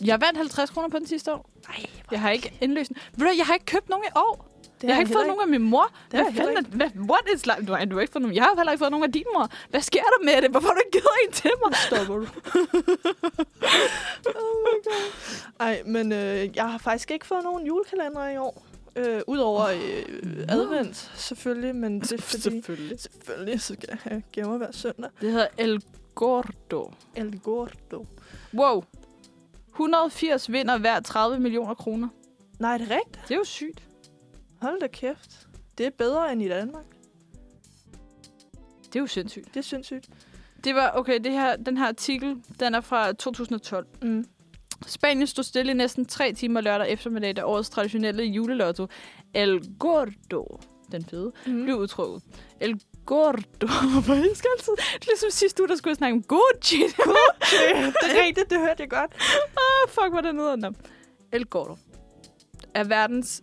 Jeg vandt 50 kroner på den sidste år. Nej, Jeg har ikke indløsnet. Ved du, hvad, jeg har ikke købt nogen i år. jeg har ikke fået nogen af min mor. Det Hvad har jeg heller fanden er, hvad, what is life? Du har, du har ikke fået nogen. Jeg har heller ikke fået nogen af din mor. Hvad sker der med det? Hvorfor har du ikke givet en til mig? Stopper du? (laughs) oh my god. Ej, men øh, jeg har faktisk ikke fået nogen julekalender i år. Øh, Udover øh, advent, selvfølgelig. Men det (laughs) er fordi, Øh, Selvfølgelig. selvfølgelig så skal jeg have gaver hver søndag. Det hedder El Gordo. El Gordo. Wow. 180 vinder hver 30 millioner kroner. Nej, det er rigtigt. Det er jo sygt. Hold da kæft. Det er bedre end i Danmark. Det er jo sindssygt. Det er sindssygt. Det var, okay, det her, den her artikel, den er fra 2012. Mm. Spanien stod stille i næsten tre timer lørdag eftermiddag, da årets traditionelle julelotto El Gordo, den fede, Mm. blev udtrukket. El Gordo. (laughs) Hvorfor jeg skal altid? Det er ligesom sidste uge, der skulle jeg snakke om Gucci. (laughs) (laughs) Det er rigtigt, det hørte jeg godt. Ah, fuck, hvor den hedder den. El Gordo er verdens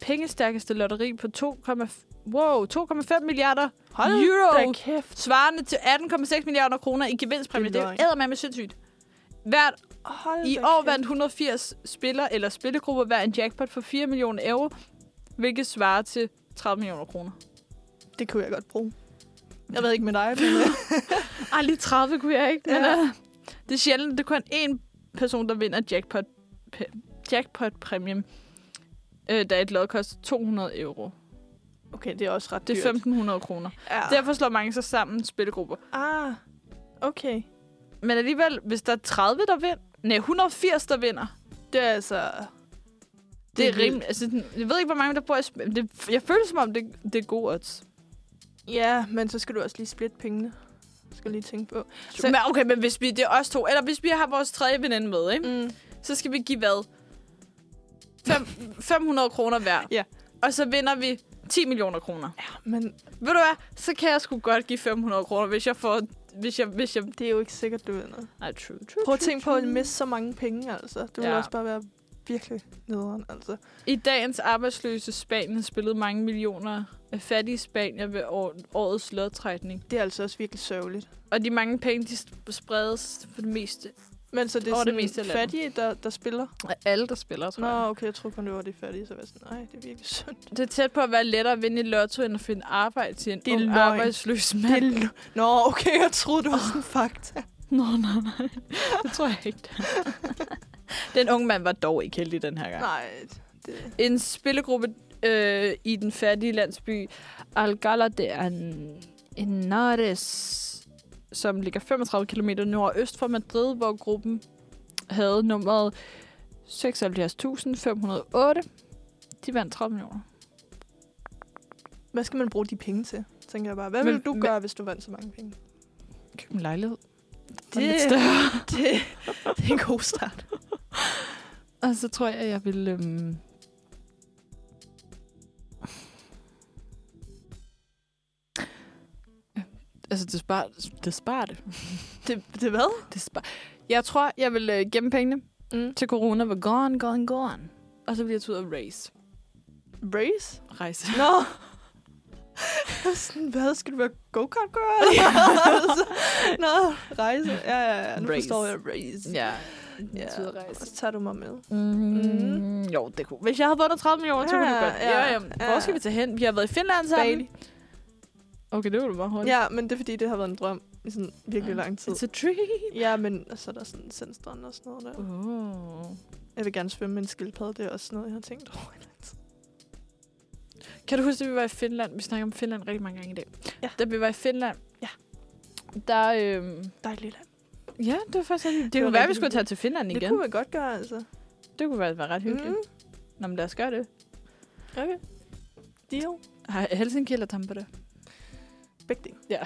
pengestærkeste lotteri på 2,5 wow, 2,5 milliarder Hold Euro. da kæft. svarende til 18,6 milliarder kroner i gevinstpræmie. Det er Det løgn. er med sindssygt. Hvert Hold I da år kæft. vandt 180 spillere eller spillegrupper hver en jackpot for 4 millioner euro, hvilket svarer til 30 millioner kroner. Det kunne jeg godt bruge. Jeg ved ikke med dig, men... Ej, lige 30 kunne jeg ikke, men Ja. ja. uh, det er sjældent, det er kun én person, der vinder jackpot, pe- jackpot-præmien, øh, da et lod koster 200 euro. (laughs) Okay, det er også ret Det er dyrt. 1500 kroner. Ja. Derfor slår mange sig sammen spillegrupper. Ah, okay. Men alligevel, hvis der er 30, der vinder, nej, 180, der vinder, Det er altså... det er vildt. rimeligt. Altså, sådan, jeg ved ikke, hvor mange der bor i Sp- det, Jeg føler, som om det, det er gode odds. Ja, men så skal du også lige splitte pengene. Skal jeg lige tænke på. Så, men okay, men hvis vi, det er os to, eller hvis vi har vores tredje veninde med, ikke? Mm. så skal vi give hvad? (laughs) Fem, 500 kroner hver. Ja. Og så vinder vi 10 millioner kroner. Ja. Men Ved du hvad? Så kan jeg sgu godt give 500 kroner, hvis jeg får... Hvis jeg... Hvis jeg det er jo ikke sikkert, du vinder. nej, true, true, Prøv at true, tænke på true. at miste så mange penge, altså. Det ville Ja. også bare være virkelig nederen, altså. I dagens arbejdsløse Spanien spillede mange millioner af fattige spanier ved år, årets lodtrækning. Det er altså også virkelig sørgeligt. Og de mange penge, de sp- spredes for det meste Men så det er Over det sådan meste af landet. fattige, der, der spiller? af alle, der spiller, tror Nå, jeg. okay, jeg tror kun, det var de fattige, så var jeg sådan, nej, det er virkelig synd. Det er tæt på at være lettere at vinde i lotto, end at finde arbejde til en Det er ung løgn. arbejdsløs mand. Det er lo- Nå, okay, jeg troede, det var sådan en fakta. Nå, nej, nej. Det tror jeg ikke. det er. (laughs) den unge mand var dog ikke heldig den her gang. (laughs) Nej, det... En spillegruppe øh, i den fattige landsby Alcalá de An- Henares som ligger 35 km nordøst for Madrid, hvor gruppen havde nummeret 76.508. De vandt 30 millioner. Hvad skal man bruge de penge til, tænker jeg bare. Hvad Men- ville du men- gøre, hvis du vandt så mange penge? Køb en lejlighed. Det... Det- Lidt større. Det, (laughs) det er en god start. (laughs) Og så tror jeg, jeg vil... Øhm... Altså, det sparer det. Sparer det. Det, det hvad? det sparer. Jeg tror, jeg vil øh, gemme pengene Mm. til corona var gone, gone, gone. Og så vil jeg tage ud og race. Race? Rejse. Nå. Jeg var sådan, hvad skal du være go-kart (laughs) girl? Nå, rejse. Ja, ja, ja. Nu Race. forstår jeg race. Ja. (laughs) ja. Tage ud og rejse. Og så tager du mig med. Mm. Jo, det kunne. Hvis jeg havde vundet 30 millioner, så kunne det Ja, godt. ja, ja. Hvor skal vi tage hen? Vi har været i Finland sammen. Bali. Okay, det var du meget hurtigt. Ja, men det er fordi, det har været en drøm i sådan virkelig lang tid. It's a treat. Ja, men så er der sådan sandstrand og sådan noget der. Oh. Jeg vil gerne svømme med en skildpadde, det er også noget, jeg har tænkt over. i lang tid. Kan du huske, at vi var i Finland? Vi snakker om Finland rigtig mange gange i dag. Ja. Da vi var i Finland, Ja. der... Øhm, Dejligt land. ja, det var faktisk... rigtig- Det, det var kunne være, rigtig vi skulle tage hyggeligt. til Finland igen. Det kunne man godt gøre, altså. det kunne være, være ret hyggeligt. Mm. Mm. Nå, men lad os gøre det. Okay. Deal. Har Helsinki eller Tampere? Begge dele. Ja.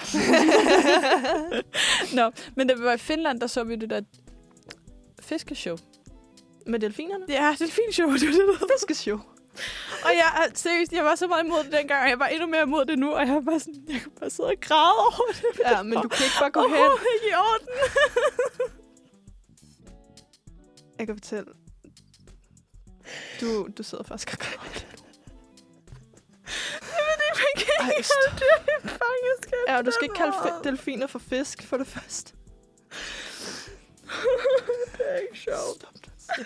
(laughs) Nå, men da vi var i Finland, der så vi det der fiskeshow. Med delfinerne? Ja, det er et fint show, det var det, der hedder. Fiskeshow. Og jeg, er- seriøst, jeg var så meget imod det dengang, og jeg var endnu mere imod det nu, og jeg var sådan, jeg kunne bare sidde og græde over det. Ja, men du kan ikke bare gå hen. Overhovedet ikke i orden. Jeg kan fortælle. Du, du sidder faktisk og græder. Jeg ved ikke, man kan Ej, ikke stop. kalde det en fangenskab. Ja, og du skal ikke kalde fi- delfiner for fisk, for det første. det er ikke sjovt. Stop det.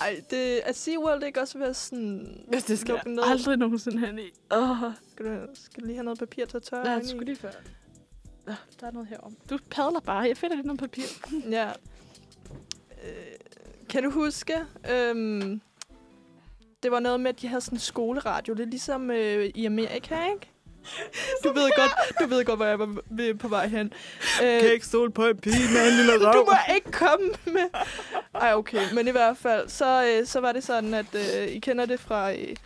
Ej, det, er SeaWorld ikke også ved at sådan... Hvis det skal lukke ned? jeg aldrig nogensinde hen i. Åh, oh, Skal du, skal du lige have noget papir til at tørre lad øjnene os i? sgu lige før. Nå, Der er noget herom. Du padler bare. Jeg finder lidt noget papir. Ja. Øh, kan du huske, øhm, det var noget med, at de havde sådan en skoleradio. Det er ligesom øh, i Amerika, (laughs) ikke? Du ved, godt, du ved godt, hvor jeg var ved- på vej hen. Øh, ikke stole på en pige med en lille du må ikke komme med... Ej, okay. Men i hvert fald, så, øh, så var det sådan, at øh, I kender det fra øh,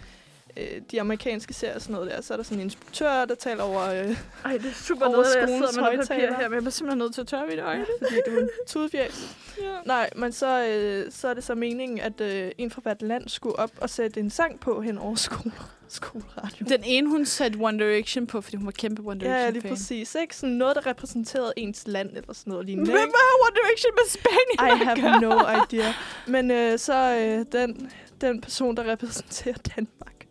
øh, de amerikanske serier og sådan noget der. Så er der sådan en instruktør, der taler over... Øh, (laughs) Ej, det er super Over noget, at jeg skolens sidder med noget papir højttaler. her, men jeg er simpelthen nødt til at tørre mit øjne. fordi du er en tudefjæs. Ja. Nej, men så, øh, så er det så meningen, at øh, en fra hvert land skulle op og sætte en sang på hen over skole, skoleradio. Den ene, hun satte One Direction på, fordi hun var kæmpe One Ja, Direction ja, lige præcis. Ikke? Sådan noget, der repræsenterede ens land eller sådan noget lignende. Hvem ikke? har One Direction med Spanien? Oh I have no idea. Men øh, så øh, den, den person, der repræsenterer (laughs) Danmark.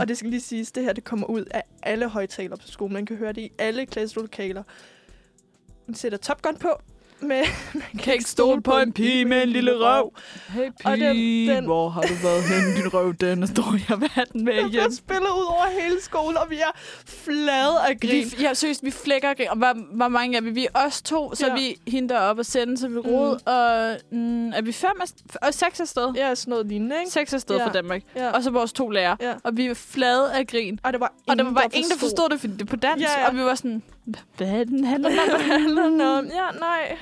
og det skal lige siges, det her det kommer ud af alle højtaler på skolen. Man kan høre det i alle klasselokaler. Hun sætter Top Gun på. Med, man Kan ikke stole på en pige med en lille røv. Hey Og den- den- hvor har du været henne? Din (laughs) røv, den og står jeg hvad den med Jeg bliver spillet ud over hele skolen, og vi er flade af Vi, grin. ja, seriøst, vi flækker og grin. Og hvor, hvor mange er vi? Vi er os to, så Ja. ja. vi henter op og sender, så vi rod. Mm. Og mm, er vi fem af, og seks afsted? Ja, sådan noget lignende, ikke? Seks afsted Ja. ja. fra Danmark. Ja. Og så vores to lærere. ja. Og vi er flade af grin. Og der var ingen, Og der var bare ingen, der forstod det, fordi det er på dansk. Ja, ja. Og vi var sådan, hvad er den handler om? Hvad handler den om? Ja, nej. (laughs)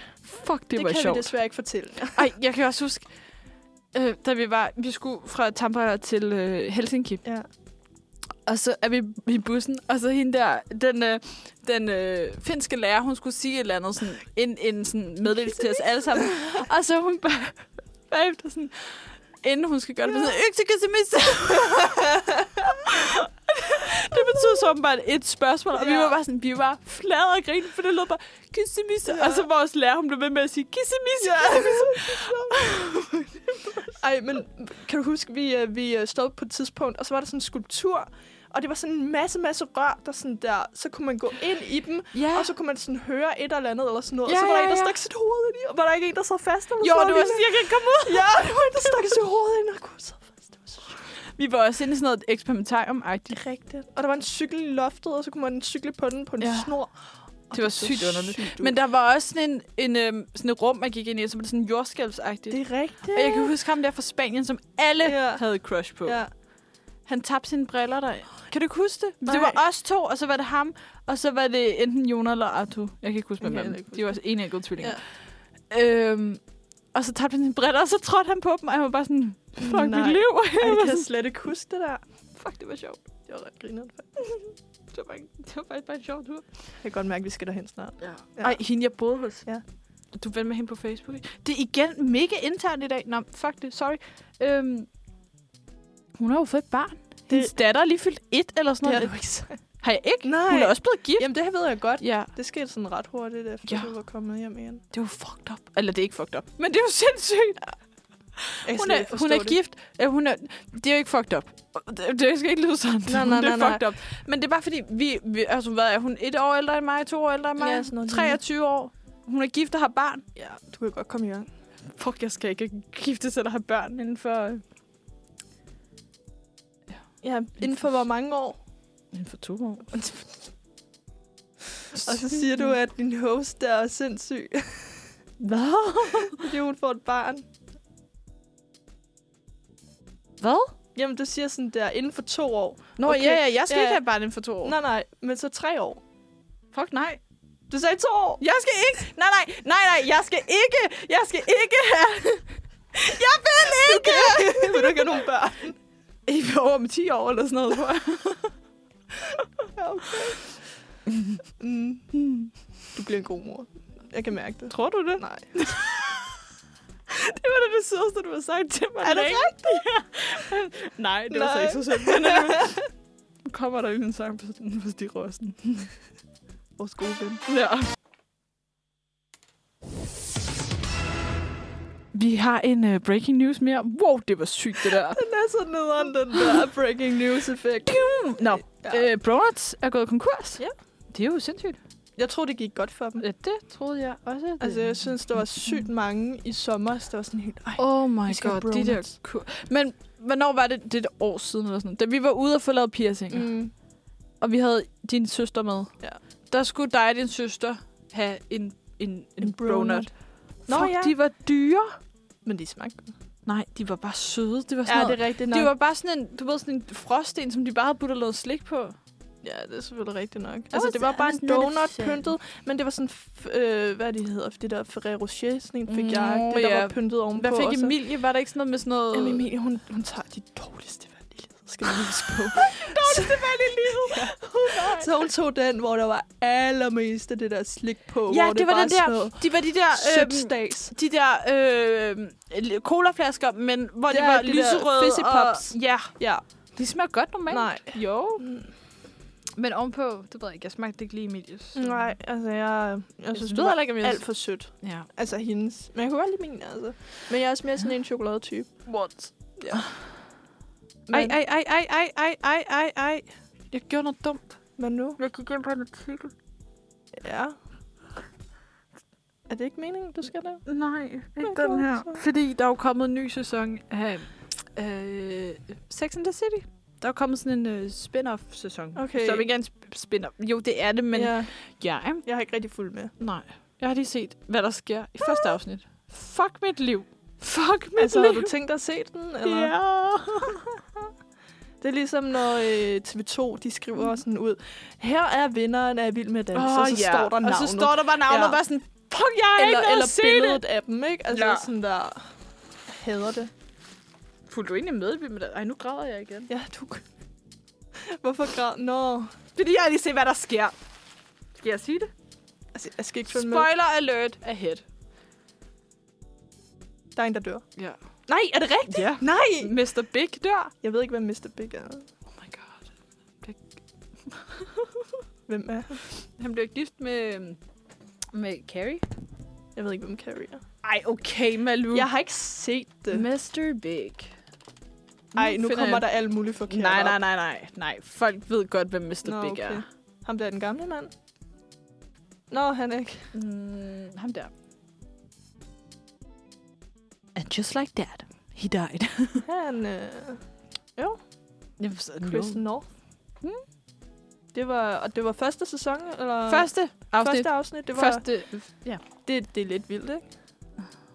Fuck, det, Det, det var kan sjovt. vi desværre ikke fortælle. Ej, jeg kan også huske, øh, da vi var, vi skulle fra Tampere til øh, Helsinki, Ja. og så er vi i bussen, og så hende der, den, øh, den øh, finske lærer, hun skulle sige et eller andet, sådan, en, en sådan meddelelse til os alle sammen, og så hun bare, (laughs) bagefter sådan, inden hun skal gøre det, ja. sådan, yksikassimist. (laughs) det betyder så åbenbart et spørgsmål, og ja. vi Ja. var bare sådan, vi var flade og grine, for det lød bare, kissemisse, ja. og så vores lærer, hun blev ved med at sige, kissemisse, Ja. kissemisse. Ej, men kan du huske, vi, øh, vi øh, stoppede på et tidspunkt, og så var der sådan en skulptur, og det var sådan en masse, masse rør, der sådan der, så kunne man gå ind i dem, ja. og så kunne man sådan høre et eller andet, eller sådan noget, Ja, og så var der ja, en, der ja. stak sit hoved ind i, og var der ikke en, der sad fast? Eller Jo, sådan det var noget lignende? sådan, jeg kan ikke komme ud. Ja, det var en, der stak sit hoved ind, og kunne sidde fast. Det var så Vi var også inde i sådan noget eksperimentarium-agtigt. Det er rigtigt. Og der var en cykel i loftet, og så kunne man cykle på den på en ja. Ja. snor. Og Det var så sygt underligt. sygt ud. Men der var også sådan en, en øhm, sådan et rum, man gik ind i, som var sådan jordskælvsagtigt. det er rigtigt. Og jeg kan huske ham der fra Spanien, som alle Ja. ja. havde crush på. Ja. Ja. Han tabte sine briller der. Kan du ikke huske det? Nej. Det Nej. var os to, og så var det ham, og så var det enten Jonas eller Arthur. Jeg kan ikke huske, Jeg hvem kan af dem. heller ikke De var enægget tvillinger. Ja. Øhm, og så tabte han sine briller, og så trådte han på dem, og jeg var bare sådan, fuck Nej. mit Nej. liv. Ej, Jeg var jeg kan (laughs) sådan, slet ikke huske det der. fuck, det var sjovt. Det var ret grinerende. faktisk. Det var, bare, det var faktisk bare en sjov tur. Jeg kan godt mærke, at vi skal derhen snart. Ja. Ja. Ej, hende jeg boede hos. Ja. Du er ven med hende på Facebook. ikke? Det er igen mega internt i dag. Nå, fuck det, sorry. Øhm, hun har jo fået et barn. Det... Hendes datter er lige fyldt et eller sådan Det har noget. du ikke sagt. Har jeg ikke? Nej. Hun er også blevet gift. Jamen, det her ved jeg godt. Ja, Det skete sådan ret hurtigt, efter Ja. ja. du var kommet hjem igen. det er jo fucked up. Eller det er ikke fucked up, men det er jo sindssygt. Hun Jeg kan slet ikke er, forstå hun er det. gift. Øh, Hun er, det er jo ikke fucked up. Det, det skal ikke lyde sådan. Nej, nej, det er nej, nej. fucked up. Men det er bare fordi, vi, vi, altså, hvad er hun? Et år ældre end mig, to år ældre end mig, Ja, sådan noget 23 år. Hun er gift og har barn. Ja, du kan godt komme i gang. Fuck, jeg skal ikke giftes eller have børn inden for, Ja, inden for hvor mange år? inden for to (laughs) år. Og så siger du, at din host der er sindssyg, (laughs) Hvad? fordi hun får et barn. Hvad? Jamen, du siger sådan der, inden for to år. Nå, okay. Okay. ja, ja, jeg skal Ja, ja. ikke ja. have barn inden for to år. Nej, nej, men så tre år. Fuck nej. Du sagde to år! Jeg skal ikke. Nej, nej, nej, nej. Jeg skal ikke. Jeg skal ikke have. Jeg vil ikke. (laughs) Vil du ikke have nogen børn? I vil over med 10 år eller sådan noget, tror jeg. Ja, okay. Mm. Du bliver en god mor. Jeg kan mærke det. Tror du det? Nej. (laughs) Det var (laughs) det, det sødeste, du har sagt til mig. Er (laughs) det rigtigt? (laughs) Ja. (laughs) Nej, det var så Nej. ikke så sødt. Men alligevel. nu kommer der jo en sang på på Stig (laughs) Rossen. Vores gode ven. Ja. Vi har en uh, breaking news mere. Wow, det var sygt, det der. (laughs) Den er så nederen, den der breaking news effekt. Nå, Ja. ja. øh, Bronuts er gået konkurs. Ja. Det er jo sindssygt. Jeg tror, det gik godt for dem. Ja, det troede jeg også. at det- Altså, jeg synes, der var sygt mange i sommer, så der var sådan helt, ej, Oh my Vi skal have god, de der Bronuts. kur- Men hvornår var det? Det er et år siden eller sådan. Da vi var ude og få lavet piercinger, mm. mm, og vi havde din søster med. Ja. Der skulle dig og din søster have en, en, en, En en bronut. bronut. Nå, Fuck, ja. de var dyre. men de smagte godt. Nej, de var bare søde. Det var sådan Ja, noget. det er rigtigt nok. Det var bare sådan en, du ved, sådan en frosten, som de bare havde puttet noget slik på. Ja, det er selvfølgelig rigtigt nok. was Altså, det var the- bare I was en not a donut fan. pyntet, men det var sådan, f- øh, hvad de hedder, det der Ferrero Rocher, sådan en fik Nå, jeg, det der ja. var pyntet ovenpå. Hvad og fik så- Emilie? Var der ikke sådan noget med sådan noget... Jamen, Emilie, hun, hun tager de dårligste valg i livet, skal man huske (laughs) på. Dårligste valg i (laughs) livet. Oh, Så hun tog den, hvor der var allermest af det der slik på, Ja, hvor det, det var bare den der, sådan noget de var de der, øhm, sødstags. de der øh, colaflasker, men hvor de Ja, var de der lyserøde. fizzy pops. Og, ja, Ja. de smager godt normalt. Nej. Jo. Mm. Men ovenpå, det ved jeg ikke, jeg smagte ikke lige Emilies. Nej, altså, jeg, jeg Jeg synes, synes, det ved var heller ikke, om jeg... alt for sødt. Ja. Altså hendes. Men jeg kunne godt lide min, altså. Men jeg er også mere sådan en chokoladetype. What? Ja. Ej, Men, ej, ej, ej, ej, ej, ej, ej, ej. Jeg gjorde noget dumt. men nu? Jeg gik ind på en artikel. Ja. Er det ikke meningen, du skal der? Nej, ikke Hvad den her. gjorde du så? Fordi der er jo kommet en ny sæson af øh, Sex and the City. Der er kommet sådan en øh, spin-off-sæson. Okay. Som ikke er en sp- spin-off. Jo, det er det, men ja. ja, ja, ikke? jeg har ikke rigtig fuld med. nej. Jeg har lige set, hvad der sker i første afsnit. Fuck mit liv. Fuck mit Altså, har liv. du tænkt dig at se den? Eller? (laughs) Ja. Det er ligesom, når øh, TV2 de skriver sådan ud, her er vinderen af Vild med Dans, Mm. Åh, og så ja. står der navnet. Og så står der bare navnet, Ja. ja. bare sådan, fuck, jeg har eller, ikke noget eller at se billedet det. af dem, ikke? Altså, Ja. ja. sådan der, jeg hader det. Fulgte du egentlig med i Vild med Dans? Ej, nu græder jeg igen. Ja, du... (laughs) Hvorfor græd? Nå, Fordi jeg har lige set, hvad der sker. Skal jeg sige det? altså, jeg skal ikke følge med. Spoiler alert ahead. Der er en, der dør. Ja. Nej, er det rigtigt? Ja. Nej! Mr. Big dør. Jeg ved ikke, hvem Mr. Big er. Oh my god. Hvem er han? Han blev gift med, med Carrie. Jeg ved ikke, hvem Carrie er. Ej, okay, Malu. Jeg har ikke set det. Mr. Big. Nej, nu finder kommer jeg- der alt muligt forkert Nej, op. nej, nej, nej, nej. Folk ved godt, hvem Mr. Nå, Big okay. er. Ham der er den gamle mand. Nå, han er ikke. Mm, ham der. And just like that, he died. Han, øh, Jeg forstår- Chris no. North. Hmm? Det var, og det var første sæson, eller? Første afsnit. Første afsnit, det var, Første, ja. det, det er lidt vildt, ikke?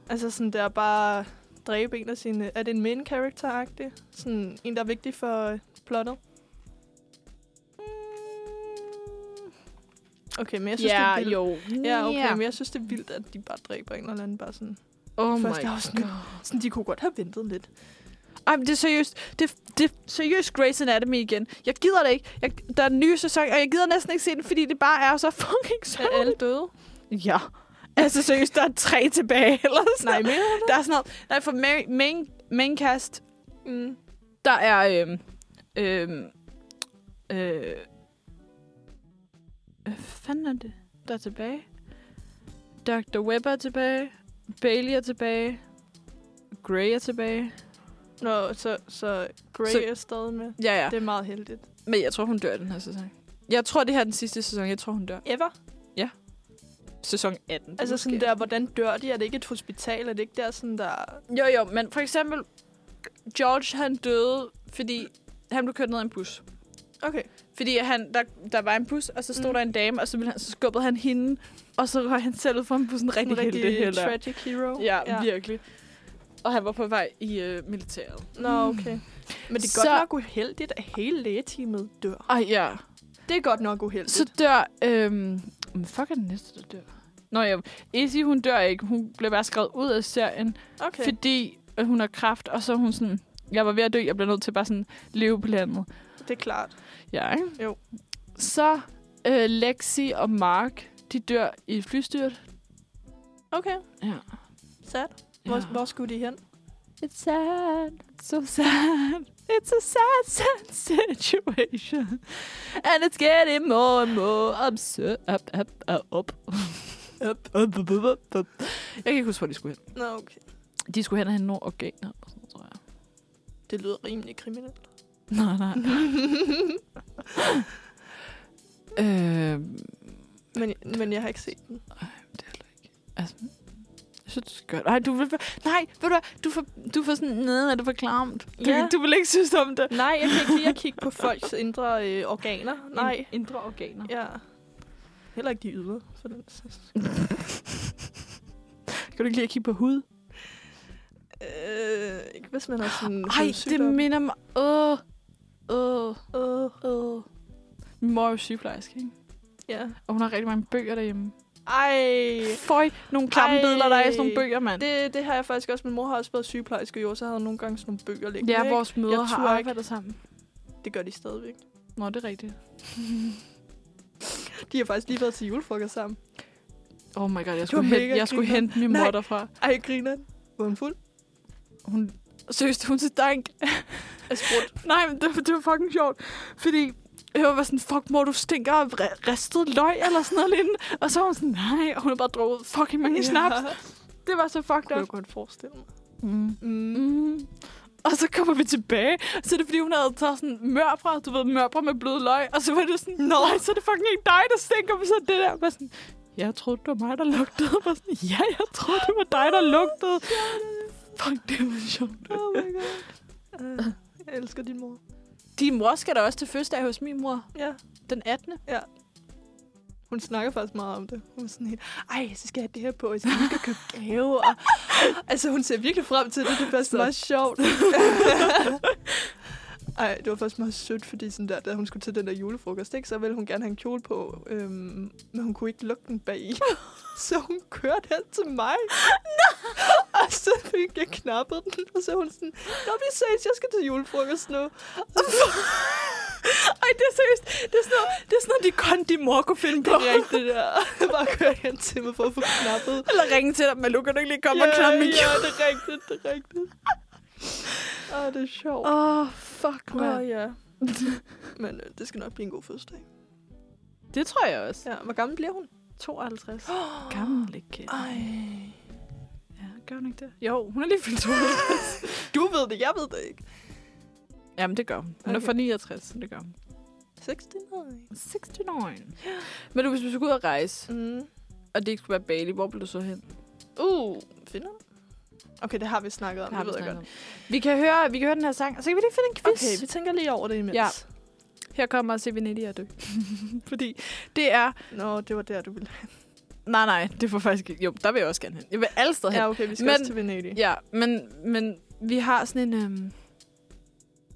Altså sådan der bare dræbe en af sine... Er det en main character -agtig? Sådan en, der er vigtig for øh, plottet? Mm. Okay, men jeg synes, det er ja, vildt. jo. Ja, okay, men jeg synes, det er vildt, at de bare dræber en eller anden. Bare sådan, Oh my første afsnit. god. sådan, de kunne godt have ventet lidt. Ej, men det er seriøst. Det, det er seriøst Grey's Anatomy igen. Jeg gider det ikke. Jeg, der er en ny sæson, og jeg gider næsten ikke se den, fordi det bare (laughs) er så fucking sødt. Er alle døde? Ja. Altså seriøst, der er tre tilbage. Eller sådan Nej, noget. men... Der er sådan noget. Nej, for main, main, main cast, Mm. der er... Øhm, øhm, øh, hvad fanden er det, der er tilbage? Dr. Webber er tilbage. Bailey er tilbage. Grey er tilbage. Nå, så, så Grey Så- så... er stadig med. Ja, ja. Det er meget heldigt. Men jeg tror, hun dør i den her sæson. Jeg tror, det her er den sidste sæson. Jeg tror, hun dør. Ever? Sæson 18. det Altså måske. sådan der, hvordan dør de? Er det ikke et hospital? Er det ikke der sådan der... Jo, jo, men for eksempel... George, han døde, fordi han blev kørt ned af en bus. Okay. Fordi han, der, der var en bus, og så stod Mm. mm. der en dame, og så, ville han, så skubbede han hende, og så røg han selv ud fra en bussen rigtig, rigtig heldig heller. tragic hero. Ja, ja, virkelig. Og han var på vej i øh, militæret. Nå, okay. Men det er Så- godt nok uheldigt, at hele lægeteamet dør. Ej, ja. Det er godt nok uheldigt. Så dør... Øhm, men fuck er den næste, der dør? Nå ja, Izzy, hun dør ikke. Hun blev bare skrevet ud af serien. okay. fordi at hun har kraft, og så er hun sådan, jeg var ved at dø, jeg blev nødt til bare sådan leve på landet. Det er klart. Ja, ikke? Jo. Så øh, Lexi og Mark, de dør i et flystyrt. Okay. Ja. Sad. Hvor, ja. hvor skulle de hen? It's sad, so sad. It's a sad, sad situation. And it's getting more and more absurd. Up, up, up, up. Up. Up, up, up, up, up. Jeg kan ikke huske, hvor de skulle hen. Nå, okay. De skulle hen og hente nogle organer. og sådan noget, tror jeg. Det lyder rimelig kriminelt. Nej, nej. øh, Men, men jeg har ikke set den. altså, jeg synes, det er godt. Nej, du vil, nej, ved du hvad, du får, du får sådan nede, at det for klamt. Du, Ja. ja. du vil ikke synes om det. Nej, jeg kan ikke lide at kigge på folks indre øh, organer. Nej. Indre organer. Ja. Heller ikke de ydre. For den. sags- Kan du ikke lige at kigge på hud? Øh, ikke hvis (gasps) man har sådan Nej, det minder mig. Åh, åh, Øh, åh. Min mor er jo sygeplejerske, ikke? ja. Og hun har rigtig mange bøger derhjemme. Ej. Føj, nogle klamme Ej. billeder, der er i sådan nogle bøger, mand. Det, det har jeg faktisk også. Min mor har også været sygeplejerske i år, så havde hun nogle gange sådan nogle bøger liggende. Ja, ikke? vores mødre Jeg har turde ikke. arbejdet sammen. Det gør de stadigvæk. Nå, det er rigtigt. De har faktisk lige været til julefrokost sammen. Oh my god, jeg skulle, mega hente, jeg skulle grineren. hente min Nej. mor derfra. Ej, griner Var hun fuld? Hun, seriøst, hun stank Jeg spurgte. Nej, men det, det var fucking sjovt. Fordi jeg var sådan, fuck mor, du stinker af re- ristet løg eller sådan noget lignende. Og så var hun sådan, nej, og hun har bare drukket fucking mange ja. snaps. Det var så fucked kunne jeg up. godt forestille mig. Mm. Mm. Mm. Og så kommer vi tilbage, så er det fordi, hun havde taget sådan mørbrød, du ved, mørbrød med bløde løg, og så var det sådan, nej, så er det fucking ikke dig, der stinker, men så er det der, var sådan, jeg troede, det var mig, der lugtede, og var sådan, ja, jeg troede, det var dig, der lugtede. Fuck, det var sjovt. Oh my god. Uh, jeg elsker din mor. Din mor skal da også til fødselsdag hos min mor, Ja. den 18. Hun snakker faktisk meget om det. Hun er sådan helt, ej, så skal jeg have det her på, jeg skal huske at købe gave. Og... (laughs) altså, hun ser virkelig frem til det. Det er faktisk Så. meget sjovt. Ej, det var faktisk meget sødt, fordi sådan der, da hun skulle til den der julefrokost, ikke, så ville hun gerne have en kjole på, øhm, men hun kunne ikke lukke den bag i. så hun kørte hen til mig. (laughs) og så fik jeg knappet den, og så er hun sådan, Nå, vi ses, jeg skal til julefrokost nu. (laughs) Ej, det er seriøst. Det er sådan noget, det er sådan noget de kun de mor kunne finde Det på. er rigtigt, der. (laughs) Bare kørte hen til mig for at få knappet. (laughs) Eller ringe til dig, men du kan du ikke lige komme ja, og klamme min ja, det er rigtigt, det er rigtigt. Åh, det er sjovt. Åh, oh, fuck, Åh, man. ja. Men øh, det skal nok blive en god fødselsdag. Det tror jeg også. Ja, hvor gammel bliver hun? 52. Gammel ikke. Ej. Ja, gør hun ikke det? Jo, hun er lige fyldt 52. Du ved det, jeg ved det ikke. (laughs) Jamen, det gør hun. Hun okay. Okay. er fra 69, så det gør hun. 16 år. (gasps) 69. Men du, hvis du skulle ud og rejse, Mm. og det ikke skulle være Bailey, hvor blev du så hen? Uh, Finland? Okay, det har vi snakket om, Det har det, vi ved jeg snakket godt. om. Vi kan høre, vi kan høre den her sang, og så kan vi lige finde en quiz. Okay, vi tænker lige over det imens. Ja. Her kommer Sevinetti og dø. (laughs) Fordi det er Nå, det var der, du ville. Nej, nej, det får faktisk ikke. Jo, der vil jeg også gerne hen. Jeg vil alle steder hen. Ja, okay, vi skal Men- men, også til Venedig. Ja, men, men vi har sådan en, øhm,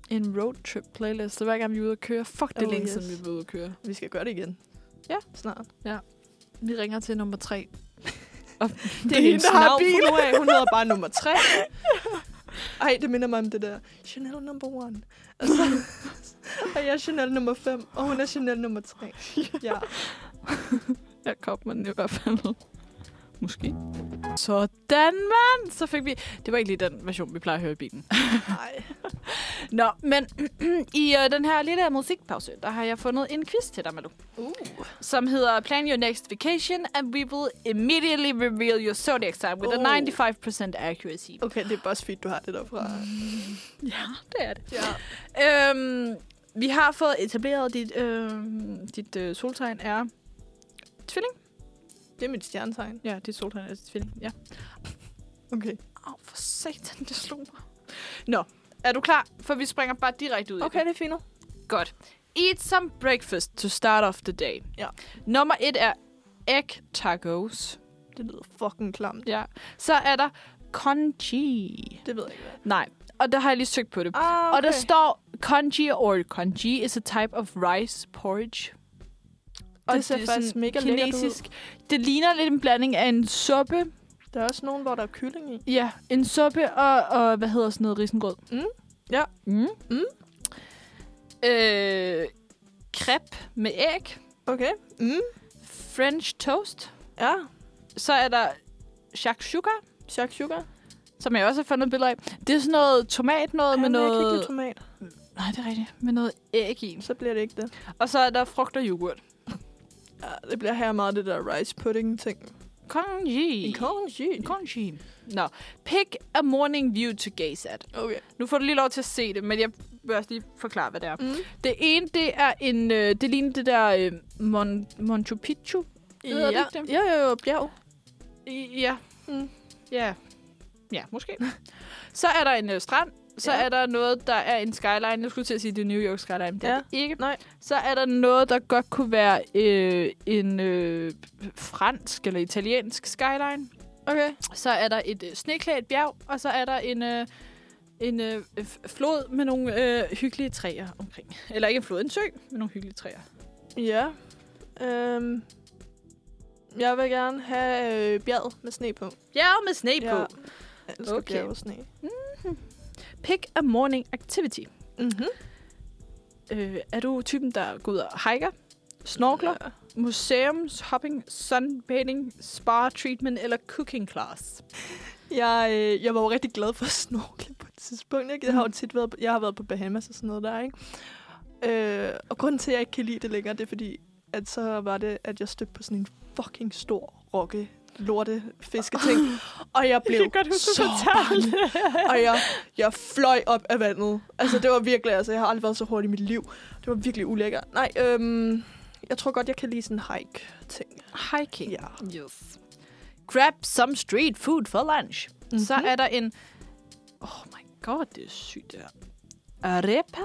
en roadtrip playlist, så hver gang vi er ude at køre. Fuck, det er Oh, længe yes. siden, vi er ude at køre. Vi skal gøre det igen. Ja. Snart. Vi ringer til nummer (laughs) tre. Og Det er hende, der har bil. bilen. (laughs) Af. Hun hedder bare nummer tre. Ej, det minder mig om det der. Chanel number one. Og, så, og jeg er Chanel nummer 5, og hun er Chanel nummer 3. Ja. Jeg kom med den i hvert fald. Måske. Sådan, mand! Så fik vi... Det var ikke lige den version, vi plejer at høre i bilen. Ej. Nå, men (clears throat) i øh, den her lille musikpause, der har jeg fundet en quiz til dig, Malu. Uh. som hedder Plan Your Next Vacation, and we will immediately reveal your zodiac sign with Oh. a 95% accuracy. Okay, det er BuzzFeed, du har det derfra. Ja, det er det. Ja. Øhm, vi har fået etableret, dit, øhm, dit øh, soltegn er tvilling. Det er mit stjernetegn. Ja, dit soltegn er tvilling, ja. Okay. Åh, oh, for satan, det slog mig. Nå, er du klar? For vi springer bare direkte ud i Okay, det er fint. nu. Godt. Eat some breakfast to start off the day. Ja. Nummer et er egg tacos. Det lyder fucking klamt. Ja. Så er der congee. Det ved jeg ikke, hvad. Nej, og der har jeg lige søgt på det. Okay. Ah, Og der står, congee or congee is a type of rice porridge. Og det ser faktisk mega lækkert ud. Det ligner lidt en blanding af en suppe. Der er også nogen, hvor der er kylling i. Ja, en suppe og, og hvad hedder sådan noget, risengrød. Mm. Ja. Mm. Mm. Øh, crepe med æg. Okay. Mm. French toast. Ja. Så er der shakshuka, Shakshuka. som jeg også har fundet billeder af. Det er sådan noget tomat noget Ej, med men Jeg kan ikke lide noget... tomat. Nej, det er rigtigt. Med noget æg i. Så bliver det ikke det. Og så er der frugt og yoghurt. Ja, det bliver her meget det der rice pudding ting. Congee. Congee. Congee. Nå. Pick a morning view to gaze at. Okay. Nu får du lige lov til at se det, men jeg vil også lige forklare, hvad det er. Mm. Det ene, det er en... Øh, det ligner det der øh, Mon, Monchu Picchu. Hedder det Ja. ikke det? Jo, jo, jo, bjerg. I, ja. Mm. Ja. Ja, måske. (laughs) Så er der en øh, strand. Så Ja. er der noget, der er en skyline. Jeg skulle til at sige, det er New York skyline. Det er Ja. det ikke. Nej. Så er der noget, der godt kunne være øh, en øh, fransk eller italiensk skyline. Okay. Så er der et øh, sneklædt bjerg, og så er der en, øh, en øh, f- flod med nogle øh, hyggelige træer omkring. Eller ikke en flod, en sø med nogle hyggelige træer. Ja. Øhm. Jeg vil gerne have øh, bjerg med sne på. Bjerg med sne Ja. på. Jeg elsker Okay. E okay. bjerg og sne. Pick a morning activity. Mm-hmm. Øh, er du typen, der går ud og hiker, snorkler, Ja. museumshopping, sunbathing, spa treatment eller cooking (laughs) class? Jeg, øh, jeg var jo rigtig glad for at snorkle på et tidspunkt. Ikke? Jeg har jo tit været på, jeg har været på Bahamas og sådan noget der, ikke? Øh, og grunden til, at jeg ikke kan lide det længere, det er fordi, at så var det, at jeg stødte på sådan en fucking stor rokke lorte (laughs) fisketing. og jeg blev så bange. (laughs) Og jeg, jeg fløj op af vandet. Altså, det var virkelig, altså, jeg har aldrig været så hurtig i mit liv. Det var virkelig ulækkert. Nej, øhm, jeg tror godt, jeg kan lide sådan en hike-ting. Hiking. Ja. Yes. Grab some street food for lunch. Mm-hmm. Så er der en... Oh my god, det er sygt det her. Arepa?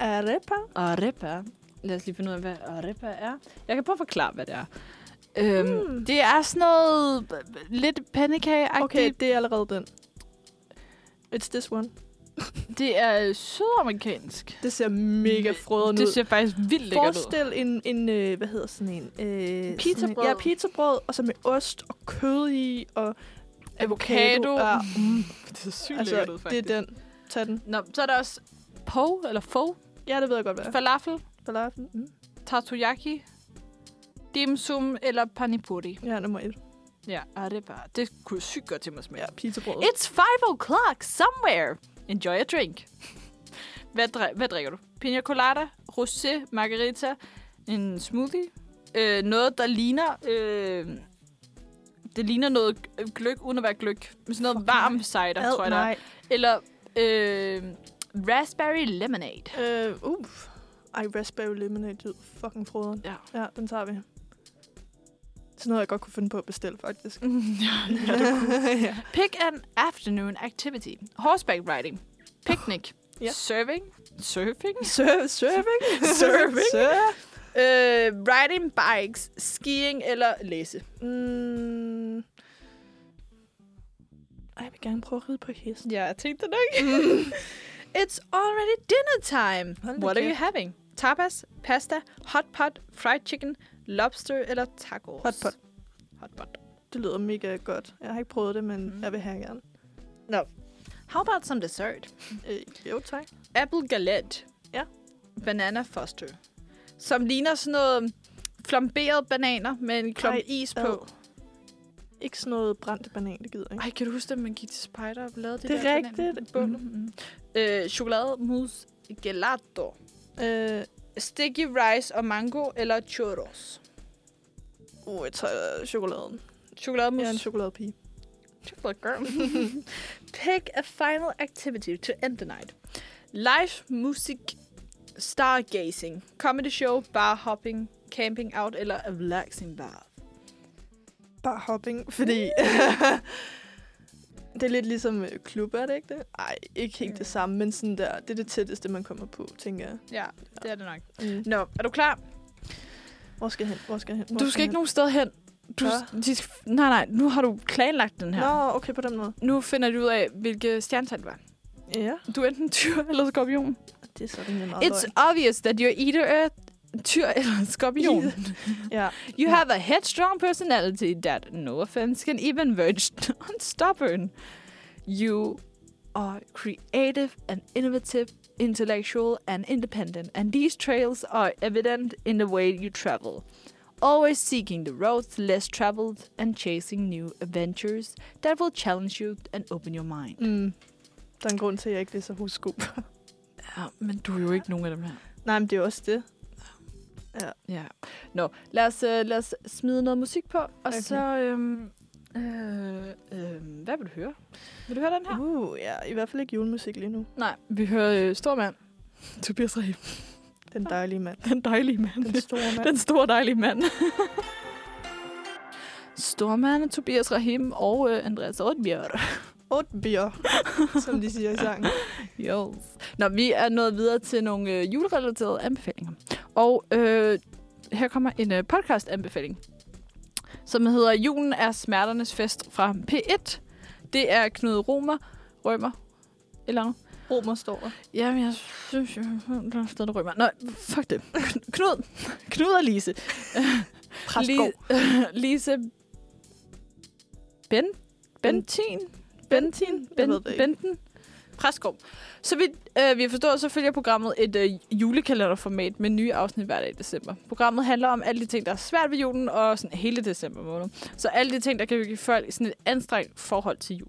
Arepa. Arepa. Lad os lige finde ud af, hvad arepa er. Jeg kan prøve at forklare, hvad det er. Øhm, Mm. Det er sådan noget øh, lidt pandekage Okay, det er allerede den. It's this one. Det er sydamerikansk. Det ser mega frødende Mm. ud. Det ser faktisk vildt lækkert ud. Forestil en, en øh, hvad hedder sådan en? Øh, Sådan Pizzabrød. en, ja, pizzabrød, og så med ost og kød i, og Avocado. Mm. Ja, Det er sygt altså, det er den. Tag den. Nå, så er der også po, eller fo, Ja, det ved jeg godt, hvad ja. er. falafel, Falafel. Mm. tatoyaki, dim sum eller panipuri. Ja, nummer et. Ja, arepa. Det kunne sygt godt til mig at smage. Ja, pizzabrød. It's 5 o'clock somewhere. Enjoy a drink. Hvad, dri- hvad drikker du? Pina colada, rosé, margarita, en smoothie. Øh, noget, der ligner... Øh, det ligner noget g- gløk, uden at være gløk. Men sådan noget Fuck varm nej. cider, Ad, tror jeg der. er. nej. Eller øh, raspberry (laughs) lemonade. Øh, uff. Ej, raspberry lemonade, det lyder fucking frøderen. Ja. Ja, den tager vi. Sådan noget, jeg godt kunne finde på at bestille, faktisk. (laughs) ja. Pick an afternoon activity. Horseback riding. Picnic. Ja. Surfing. Surfing? (laughs) Surf, surfing? Surfing. Surf. Øh, riding bikes, skiing eller læse? Mm. Ej, jeg vil gerne prøve at ride på hest. Ja, jeg tænkte nok. Mm. (laughs) It's already dinner time. Hold da What are you kæft. having? Tapas, pasta, hot pot, fried chicken, lobster eller tacos? Hot pot. Hot pot. Det lyder mega godt. Jeg har ikke prøvet det, men Mm. mm. jeg vil her gerne. How about some dessert? Øh, jo, tak. Apple galette. Ja. Banana foster. Som ligner sådan noget flamberede bananer med en klump Ej, is på. Ad. Ikke sådan noget brændte banan, det gider jeg ikke. Ej, kan du huske, at man gik til spider og lavede det, Det er der rigtigt. Mm. Mm-hmm. Øh, chokolade, mousse, gelato. Øh, Sticky rice og mango eller churros. uh, jeg tager øh, chokoladen. Chokolade, Jeg er en mousse. chokoladepige. chocolate girl. (laughs) Pick a final activity to end the night. Live music, stargazing, comedy show, bar hopping, camping out eller a relaxing bath. Bare hopping, fordi... (laughs) det er lidt ligesom øh, klub, er det ikke det? Ej, ikke helt det samme, men sådan der. Det er det tætteste, man kommer på, tænker jeg. Ja, det er det nok. Mm. Nå, er du klar? Hvor skal jeg hen? Hvor skal jeg hen? Hvor Du skal ikke nogen sted hen. Du, Hva? de skal, nej, nej, nu har du planlagt den her. her? Nå, okay, på den måde. Nu finder du ud af, hvilke stjernetegn det var. Ja, Du er enten tyr eller skorpion. det er sådan en meget It's løgn. obvious that you're either a tyr eller skorpion. Ja. You have a headstrong personality that, no offense, can even verge (laughs) on stubborn. You are creative and innovative, intellectual and independent, and these trails are evident in the way you travel. Always seeking the roads less traveled and chasing new adventures that will challenge you and open your mind. Mm. Der er en grund til, at jeg ikke læser horoskop. Ja, men du er jo ikke nogen af dem her. (laughs) Nej, men det er også det. Ja. Nå, lad os, øh, lad os smide noget musik på, og okay. Okay. så... Øhm, øh, øh, hvad vil du høre? Vil du høre den her? Uh, ja, i hvert fald ikke julemusik lige nu. Nej, vi hører øh, Stormand. Tobias Rahim. Den dejlige mand. Den dejlige mand. (laughs) Den store mand. Den store dejlige (laughs) mand. Stormand, Tobias Rahim og øh, Andreas Oddbjerg. Otte bier, (laughs) som de siger i sangen. Jo. Nå, vi er nået videre til nogle øh, julerelaterede anbefalinger. Og øh, her kommer en øh, podcast-anbefaling, som hedder Julen er smerternes fest fra P1. Det er Knud Romer, Rømer, eller noget. Romer står der. Ja, men jeg synes, jeg der er stadig rømmer. Nå, fuck det. Knud. Knud og Lise. Præstgaard. Li- (laughs) Lise. Ben? Bentin? Bentin? Jeg ved Ben, det ikke. Benten? Præstgaard. Så vidt øh, vi har forstået, så følger programmet et øh, julekalenderformat med nye afsnit hver dag i december. Programmet handler om alle de ting, der er svært ved julen, og sådan hele december måned. Så alle de ting, der kan give folk sådan et anstrengt forhold til jul.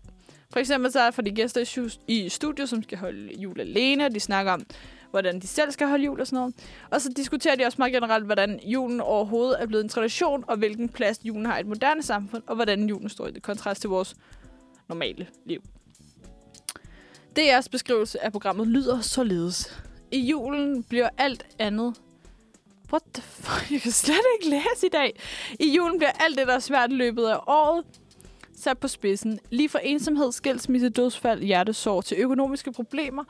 For eksempel så er der for de gæster i stu- i studiet, som skal holde jul alene, og de snakker om, hvordan de selv skal holde jul og sådan noget. Og så diskuterer de også meget generelt, hvordan julen overhovedet er blevet en tradition, og hvilken plads julen har i et moderne samfund, og hvordan julen står i det kontrast til vores normale liv. DR's beskrivelse af programmet lyder således. I julen bliver alt andet... What the fuck? Jeg kan slet ikke læse i dag. I julen bliver alt det, der er svært i løbet af året, sat på spidsen. Lige fra ensomhed, skilsmisse, dødsfald, hjertesorg til økonomiske problemer.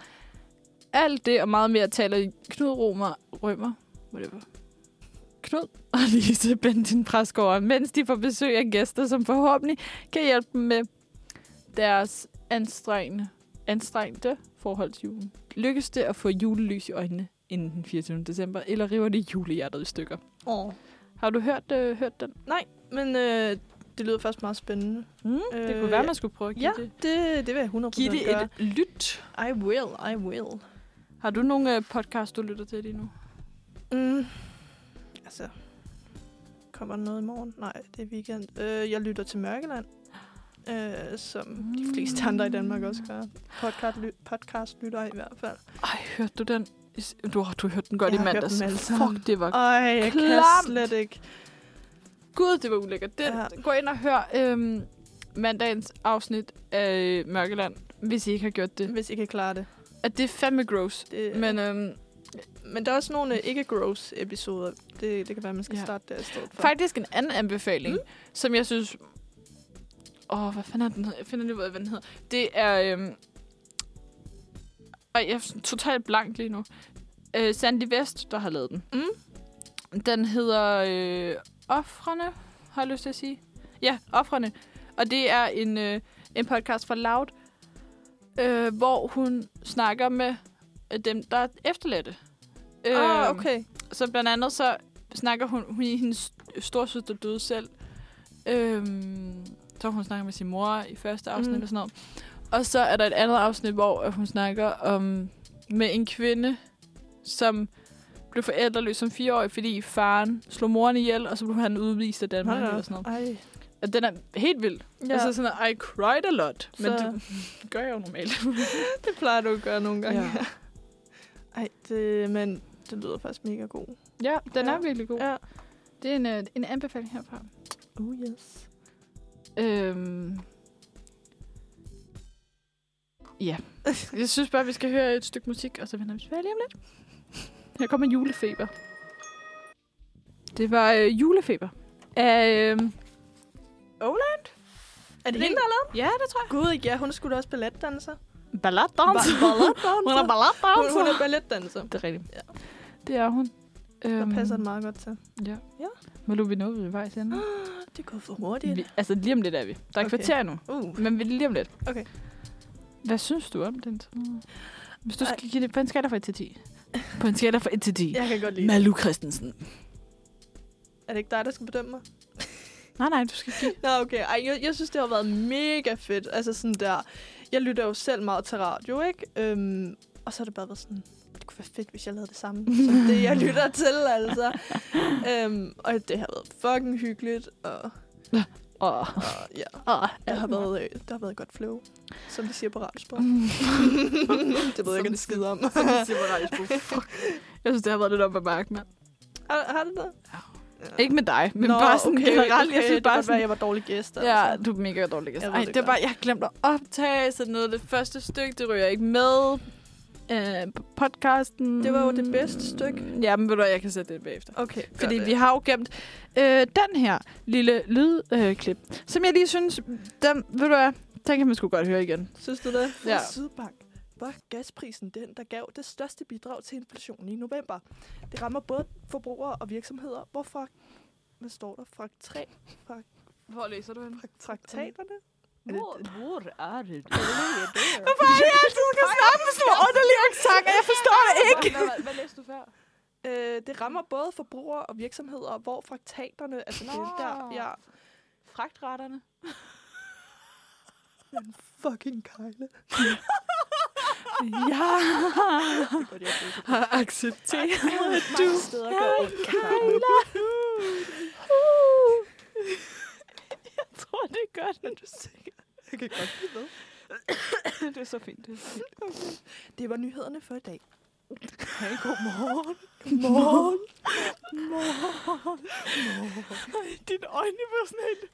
Alt det og meget mere taler Knud Romer, Rømer, whatever. Knud og Lise Bentin Præsgaard, mens de får besøg af gæster, som forhåbentlig kan hjælpe dem med deres anstrengende, anstrengte forhold til julen. Lykkes det at få julelys i øjnene inden den 24. december, eller river det julehjertet i stykker? Åh. Har du hørt, øh, hørt den? Men øh, det lyder faktisk meget spændende. Mm, det Øh, kunne være, ja. man skulle prøve at give Ja, det. det, det vil jeg 100% Give det gøre. et lyt. I will, I will. Har du nogle øh, podcast, du lytter til lige nu? Mm. Altså, kommer der noget i morgen? Nej, det er weekend. Øh, jeg lytter til Mørkeland, øh, som de fleste Mm. andre i Danmark også gør. Podcast, ly- podcast lytter jeg i hvert fald. Ej, hørte du den? i s- Du har du hørte den godt Jeg i har hørt mandags. dem alle sammen. Fuck, det var... Ej, jeg Klamt. kan slet ikke. Gud, det var ulækkert. Den, Ja. Gå ind og hør øhm, mandagens afsnit af Mørkeland, hvis I ikke har gjort det. Hvis I kan klare det. At det er fandme gross. det Men øhm, men der er også nogle øh, ikke-gross-episoder. Det, det kan være, man skal Ja. ja. starte der i stedet for. faktisk en anden anbefaling, mm. som jeg synes... Åh, oh, hvad fanden er den hed- Jeg finder lige ud af, hvad den hedder. Det er... Øhm... Ej, jeg er totalt blank lige nu. Øh, Sandy West, der har lavet den. Mm. Den hedder øh, Offrene, har jeg lyst til at sige. Ja, Offrene. Og det er en, øh, en podcast fra Loud, øh, hvor hun snakker med øh, dem, der er efterladte. Ah, Øhm, okay. Så blandt andet så snakker hun, hun hendes storsøster døde selv. Øhm, så hun snakker med sin mor i første afsnit Mm. mm. og sådan noget. Og så er der et andet afsnit, hvor at hun snakker om med en kvinde, som blev forældreløs som fireårig, fordi faren slog moren ihjel, og så blev han udvist af Danmark Hold da eller op. sådan noget. Ej. Og den er helt vild. Ja. Ja, Altså sådan, I cried a lot, men Så- det gør jeg jo normalt. (laughs) det plejer du at gøre nogle gange. Ja. Ja. (laughs) Ej, det, men det lyder faktisk mega god. ja, den Ja. er virkelig god. Ja. Ja. Det er en, øh, en anbefaling herfra. Oh yes. Øhm. Ja. Jeg synes bare, vi skal høre et stykke musik, og så vender vi tilbage lige om lidt. Her kommer julefeber. Det var øh, julefeber. Af, øh, Er det Lin- hende, der har lavet? ja, det tror jeg. Gud, ja, hun skulle da også balletdanser. Balletdanser. Ba- balletdanser. Hun er balletdanser. (laughs) Hun, hun er balletdanser. Det er rigtigt. Ja. Det er hun. Øhm, Det passer den meget godt til. Ja. Ja. Ah, Men nu er vi nået ved vejs ende. Det er gået for hurtigt. Vi- Altså, lige om lidt er vi. Der er okay. Okay. kvarter nu. Uh. Men vi- lige om lidt. Okay. Hvad synes du om den? sådan? Hvis du Ej. skal give det på en skala fra 1 til (laughs) 10. På en skala fra 1 til 10. Jeg kan godt lide det. Malu Christensen. Er det ikke dig, der skal bedømme mig? Nej, nej, du skal give. Nå, okay. Ej, jeg, jeg synes, det har været mega fedt. Altså sådan der... Jeg lytter jo selv meget til radio, ikke? Øhm, og så har det bare været sådan... Det kunne være fedt, hvis jeg lavede det samme som det, (laughs) jeg lytter til, altså. øhm, og det har været fucking hyggeligt, og, Åh, oh, og ja, oh, det har, været, øh, det har været godt flow, som vi siger på radiosprog. (laughs) det ved jeg ikke, en skid om. (laughs) Jeg synes, det har været lidt op ad bakken, mand. har, har det det? Ikke med dig, men Nå, bare sådan okay, generelt. Okay, jeg synes det bare, bare kan være, sådan... jeg var dårlig gæst. Ja, du er mega dårlig. Jeg Altså. ved Ej, det det er godt. bare, jeg har glemt at optage, så noget af det første stykke, det ryger ikke med. Øh, på podcasten. Det var jo det bedste stykke. Ja, men ved du hvad, jeg kan sætte det bagefter. Okay, Fordi gør vi har jo gemt øh, den her lille lydklip, øh, klip, som jeg lige synes, den, ved du hvad, den kan man sgu godt høre igen. Synes du det? Ja. Ja. Sydbank var gasprisen den, der gav det største bidrag til inflationen i november. Det rammer både forbrugere og virksomheder, hvorfor hvad står der? Fra, træ, fra, Hvor læser du hende? fra traktaterne? Er det- Hvor er det? (laughs) Hvorfor Hvorfor er det, jeg altid skal snakke med sådan en underlig accent? Jeg forstår det ikke. Hvad læste du før? Øh, det rammer både forbrugere og virksomheder, hvor fraktaterne, altså det Nå. er der, ja. Fragtretterne. Men fucking kejle. Ja. Det er godt, jeg har Har accepteret. Du er kejle. Uh. Jeg tror, det er godt, når du siger Jeg kan godt blive ved. det. er så fint. Det er så fint. Det var nyhederne for i dag. Hej, godmorgen. Godmorgen. Dine øjne var sådan helt...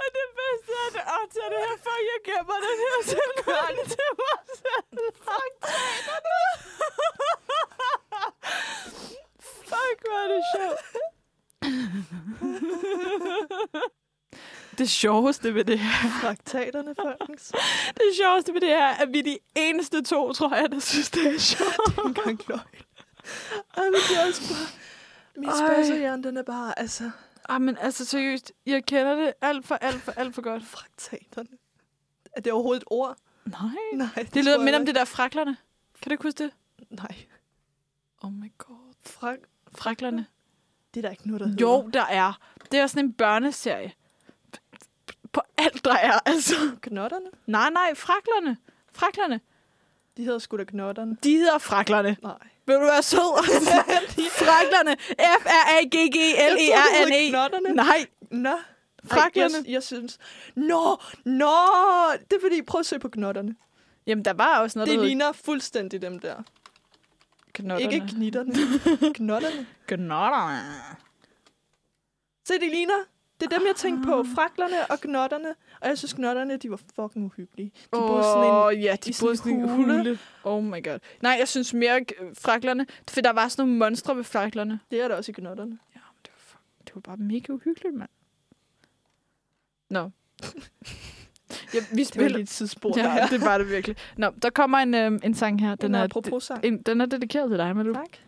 Og det bedste er, at åh, tag det her, fuck, jeg gemmer den her telefon til mig selv. Fuck, Fuck, hvor er det sjovt. Det sjoveste ved det her, Traktaterne, folkens. det sjoveste ved det her, at vi er de eneste to, tror jeg, der synes, (laughs) det er sjovt. engang løgn. Ej, men det er også bare... Min Ej. spørgsmål, den er bare, altså, Ah, men altså seriøst, jeg kender det alt for, alt for, alt for godt. fraktaterne. Er det overhovedet et ord? Nej. Nej. Det lyder tror mindre jeg om det der fraklerne. Kan du ikke huske det? ikke. Nej. Oh my god. Frak... Fraklerne. Det er der ikke noget, der Jo, der er. Det er sådan en børneserie. På alt, der er, altså. hedder. Knotterne? Nej, nej, fraklerne. Fraklerne. De hedder sgu da knotterne. De hedder fraklerne. Nej. Vil du være (laughs) sød? fraklerne. E F-R-A-G-G-L-E-R-N-E. Jeg troede, det hed knotterne. Nej. Nå. Fraklerne. Ej, jeg, jeg synes... Nå, nå! Det er fordi, prøv at se på knotterne. Jamen, der var også noget, Det der hed ligner fuldstændig dem der. knotterne. Ikke (laughs) gnitterne. knotterne. knotterne. Se, det ligner. Det er dem, jeg tænkte Ah. på. Fraklerne og knotterne. Og jeg synes, knotterne, de var fucking uhyggelige. De boede sådan en Åh, ja, de i boede i sådan en hule. hule. Oh my god. Nej, jeg synes mere øh, fraklerne, for der var sådan nogle monstre ved fraklerne. Det er der også i knotterne. Ja, men det var, (laughs) fuck- det var bare mega uhyggeligt, mand. Nå. Ja, vi Det var spiller... lige et tidsspor. Ja, ja, det var det virkelig. Nå, der kommer en, øhm, en sang her. Den, Den er er, apropos sang. en, den er dedikeret til dig, Malu. Tak.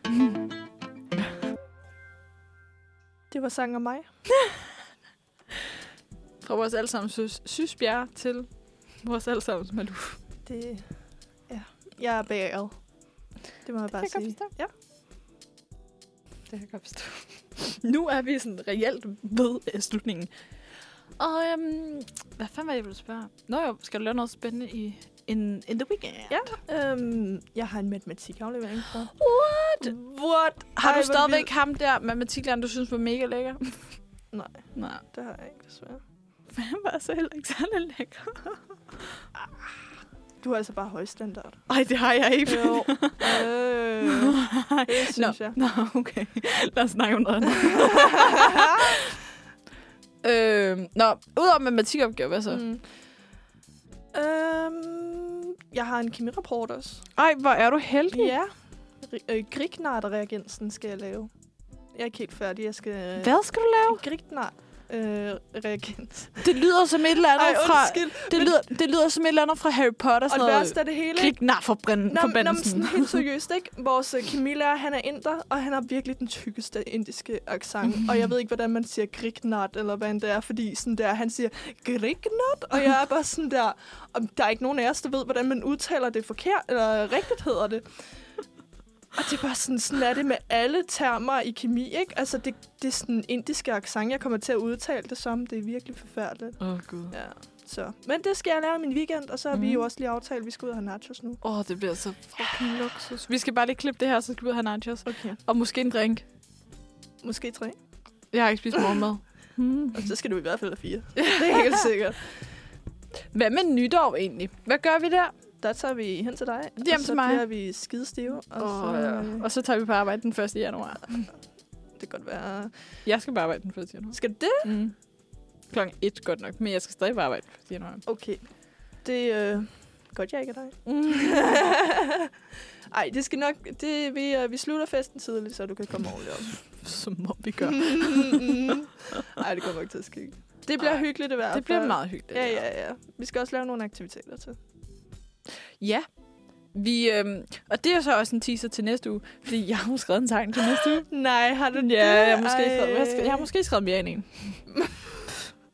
Det var sang om mig. Fra vores allesammen søs, sys bjerg til vores allesammen Malu. Det, ja. Jeg er bageret. Det må jeg bare kan jeg sige. godt Ja. Det kan jeg godt forstå. (laughs) nu er vi sådan reelt ved øh, slutningen. Og øhm, hvad fanden var det, jeg ville spørge? om? Nå jo, skal du lave noget spændende i in, in the weekend? Ja. Øhm, jeg har en matematikaflevering for. What? What? Har Ej, du hvor stadigvæk vildt. ham der matematiklæreren, du synes var mega lækker? Nej. (laughs) Nej. Det har jeg ikke, desværre. For han var så heller ikke særlig lækker. Du har altså bare høj standard. Ej, det har jeg ikke. Jo. (laughs) øh, det synes Nå. jeg. Nå, okay. Lad os snakke om noget andet. (laughs) øhm, nå, udover matematikopgave, hvad så? Mm. Mm. Øhm, jeg har en kemiraport også. Ej, hvor er du heldig. Ja. Ri- øh, Grignard-reagensen skal jeg lave. Jeg er ikke helt færdig. Jeg skal... Hvad skal du lave? Grignard-reagens. Det lyder som et eller andet Ej, fra... undskyld. Det lyder, det lyder som et eller andet fra Harry Potter. Og Sådan det noget. værste af det hele, Klik nar for brænden. Nå, men- nå, men sådan helt seriøst, ikke? Vores øh, Camilla, han er inder, og han har virkelig den tykkeste indiske accent. og jeg ved ikke, hvordan man siger grignat, eller hvad end det er, fordi sådan der, han siger grignat, og jeg er bare sådan der, om der er ikke nogen af os, der ved, hvordan man udtaler det forkert, eller rigtigt hedder det. Og det er bare sådan, sådan er det med alle termer i kemi, ikke? Altså, det, det er sådan en indiske accent, jeg kommer til at udtale det som. Det er virkelig forfærdeligt. Åh, oh, gud. Ja, så. Men det skal jeg lave i min weekend, og så har mm. vi Mhm. jo også lige aftalt, at vi skal ud og have nachos nu. Åh, oh, det bliver så fucking luksus. Vi skal bare lige klippe det her, så skal vi ud og have nachos. Okay. Og måske en drink. Måske tre. Jeg har ikke spist morgenmad. Hmm. Og så skal du i hvert fald have fire. (laughs) Det er helt sikkert. Hvad med nytår egentlig? Hvad gør vi der? Der tager vi hen til dig. Hjem og så til mig. bliver vi skidestive. Og så, øh, og så tager vi på arbejde den 1. januar. det kan godt være... Jeg skal på arbejde den 1. januar. Skal det? Mm. Klokken 1 godt nok, men jeg skal stadig på arbejde den 1. januar. Okay. Det er øh, godt, jeg ikke er dig. Mm. (laughs) Ej, det skal nok... Det, vi, øh, vi slutter festen tidligt, så du kan komme ordentligt op. Som må vi gør. (laughs) Nej, det kommer ikke til at ske. Det bliver Ej, hyggeligt i hvert fald. Det bliver meget hyggeligt. Ja, ja, ja. Vi skal også lave nogle aktiviteter til. Ja. Vi, øhm, og det er så også en teaser til næste uge, fordi jeg har jo skrevet en sang til næste uge. Nej, har du Ja, jeg har måske, skrevet, hvad skal- jeg har måske skrevet mere end en.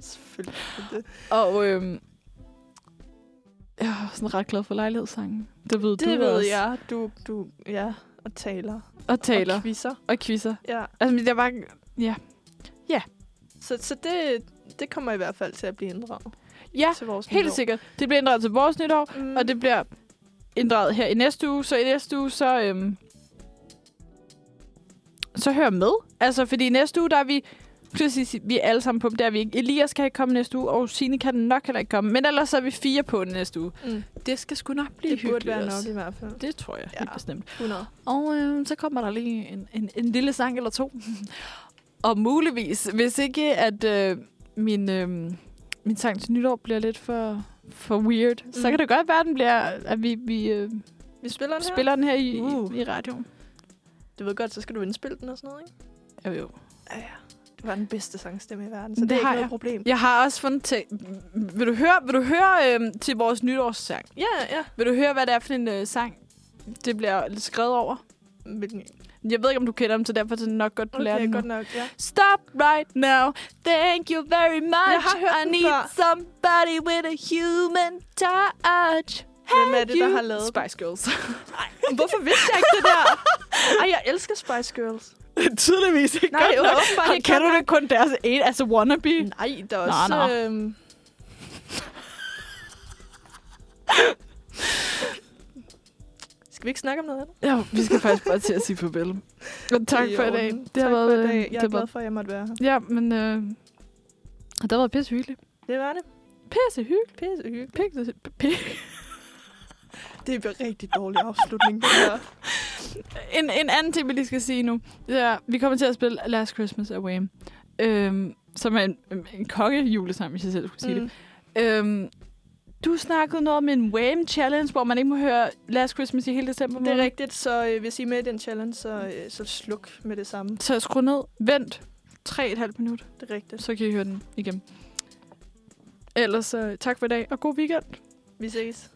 Selvfølgelig. er det. Og øhm, jeg er sådan ret glad for lejlighedssangen. Det ved du Det ved også. jeg. Du, du, ja, og taler. Og taler Og quizzer. og quizzer. Ja. Altså, men jeg var... Ja. Så, så det, det kommer i hvert fald til at blive inddraget Ja, til vores helt nytår. sikkert. Det bliver inddraget til vores nytår, Mm. og det bliver inddraget her i næste uge. Så i næste uge, så... Øhm, så hør med. Altså, fordi i næste uge, der er vi... jeg skulle Sige, vi er alle sammen på, men det er vi ikke. Elias kan ikke komme næste uge, og Signe kan nok heller ikke komme. Men ellers så er vi fire på næste uge. Mm. Det skal sgu nok blive det burde hyggeligt være også. nok i hvert fald. Det tror jeg, ja. helt Ja. bestemt. 100. Og øh, så kommer der lige en, en, en lille sang eller to. (laughs) og muligvis, hvis ikke at øh, min, øh, min sang til nytår bliver lidt for, for weird, mm. så Mm. kan det godt være, at den bliver, at vi, vi øh, Vi spiller den her. spiller den her i, Uh. uh. i radioen. Du ved godt, så skal du indspille den og sådan noget, ikke? Jo, jo. Ja, ja. Du har den bedste sangstemme i verden, så Det det, det er ikke har noget jeg. problem. Jeg har også fundet til... Vil du høre, vil du høre øh, til vores nytårssang? Ja, ja. Vil du høre, hvad det er for en øh, sang, det bliver lidt skrevet over? Hvilken? Jeg ved ikke, om du kender dem, så derfor er det nok godt, du lærer Okay, den nu. godt nok, ja. Stop right now. Thank you very much. Jeg har hørt I den need før. somebody with a human touch. Hvem er det, der you. har lavet den? Spice Girls? (laughs) Hvorfor vidste jeg ikke det der? (laughs) Ej, jeg elsker Spice Girls. Tydeligvis ikke Nej, godt nok. åbenbart Har- ikke Kan godt du det kun deres en, altså wannabe? Nej, der er også... nå. Øhm... Skal vi ikke snakke om noget andet? Ja, vi skal faktisk bare til at sige farvel. (laughs) Men tak i for i dag. orden. Det har tak været... for i øh, dag. Jeg det har er glad været for, at jeg måtte være her. ja, men... Øh, det har været pisse hyggeligt. Det var det. Pisse hyggeligt. Pisse hyggeligt. Pisse, pisse. Det er en rigtig dårlig afslutning, det (laughs) her. En, en anden ting, vi lige skal sige nu. Det er, vi kommer til at spille Last Christmas af Wham. Øhm, som er en, en kokkejulesang, hvis jeg selv skulle sige mm. Mm. det. Øhm, du snakkede noget om en Wham-challenge, hvor man ikke må høre Last Christmas i hele december. Det måned. er rigtigt, så øh, hvis I er med i den challenge, så, øh, så sluk med det samme. Så skru ned, vent 3,5 minutter, Det er rigtigt. så kan I høre den igen. Ellers øh, tak for i dag, og god weekend. Vi ses.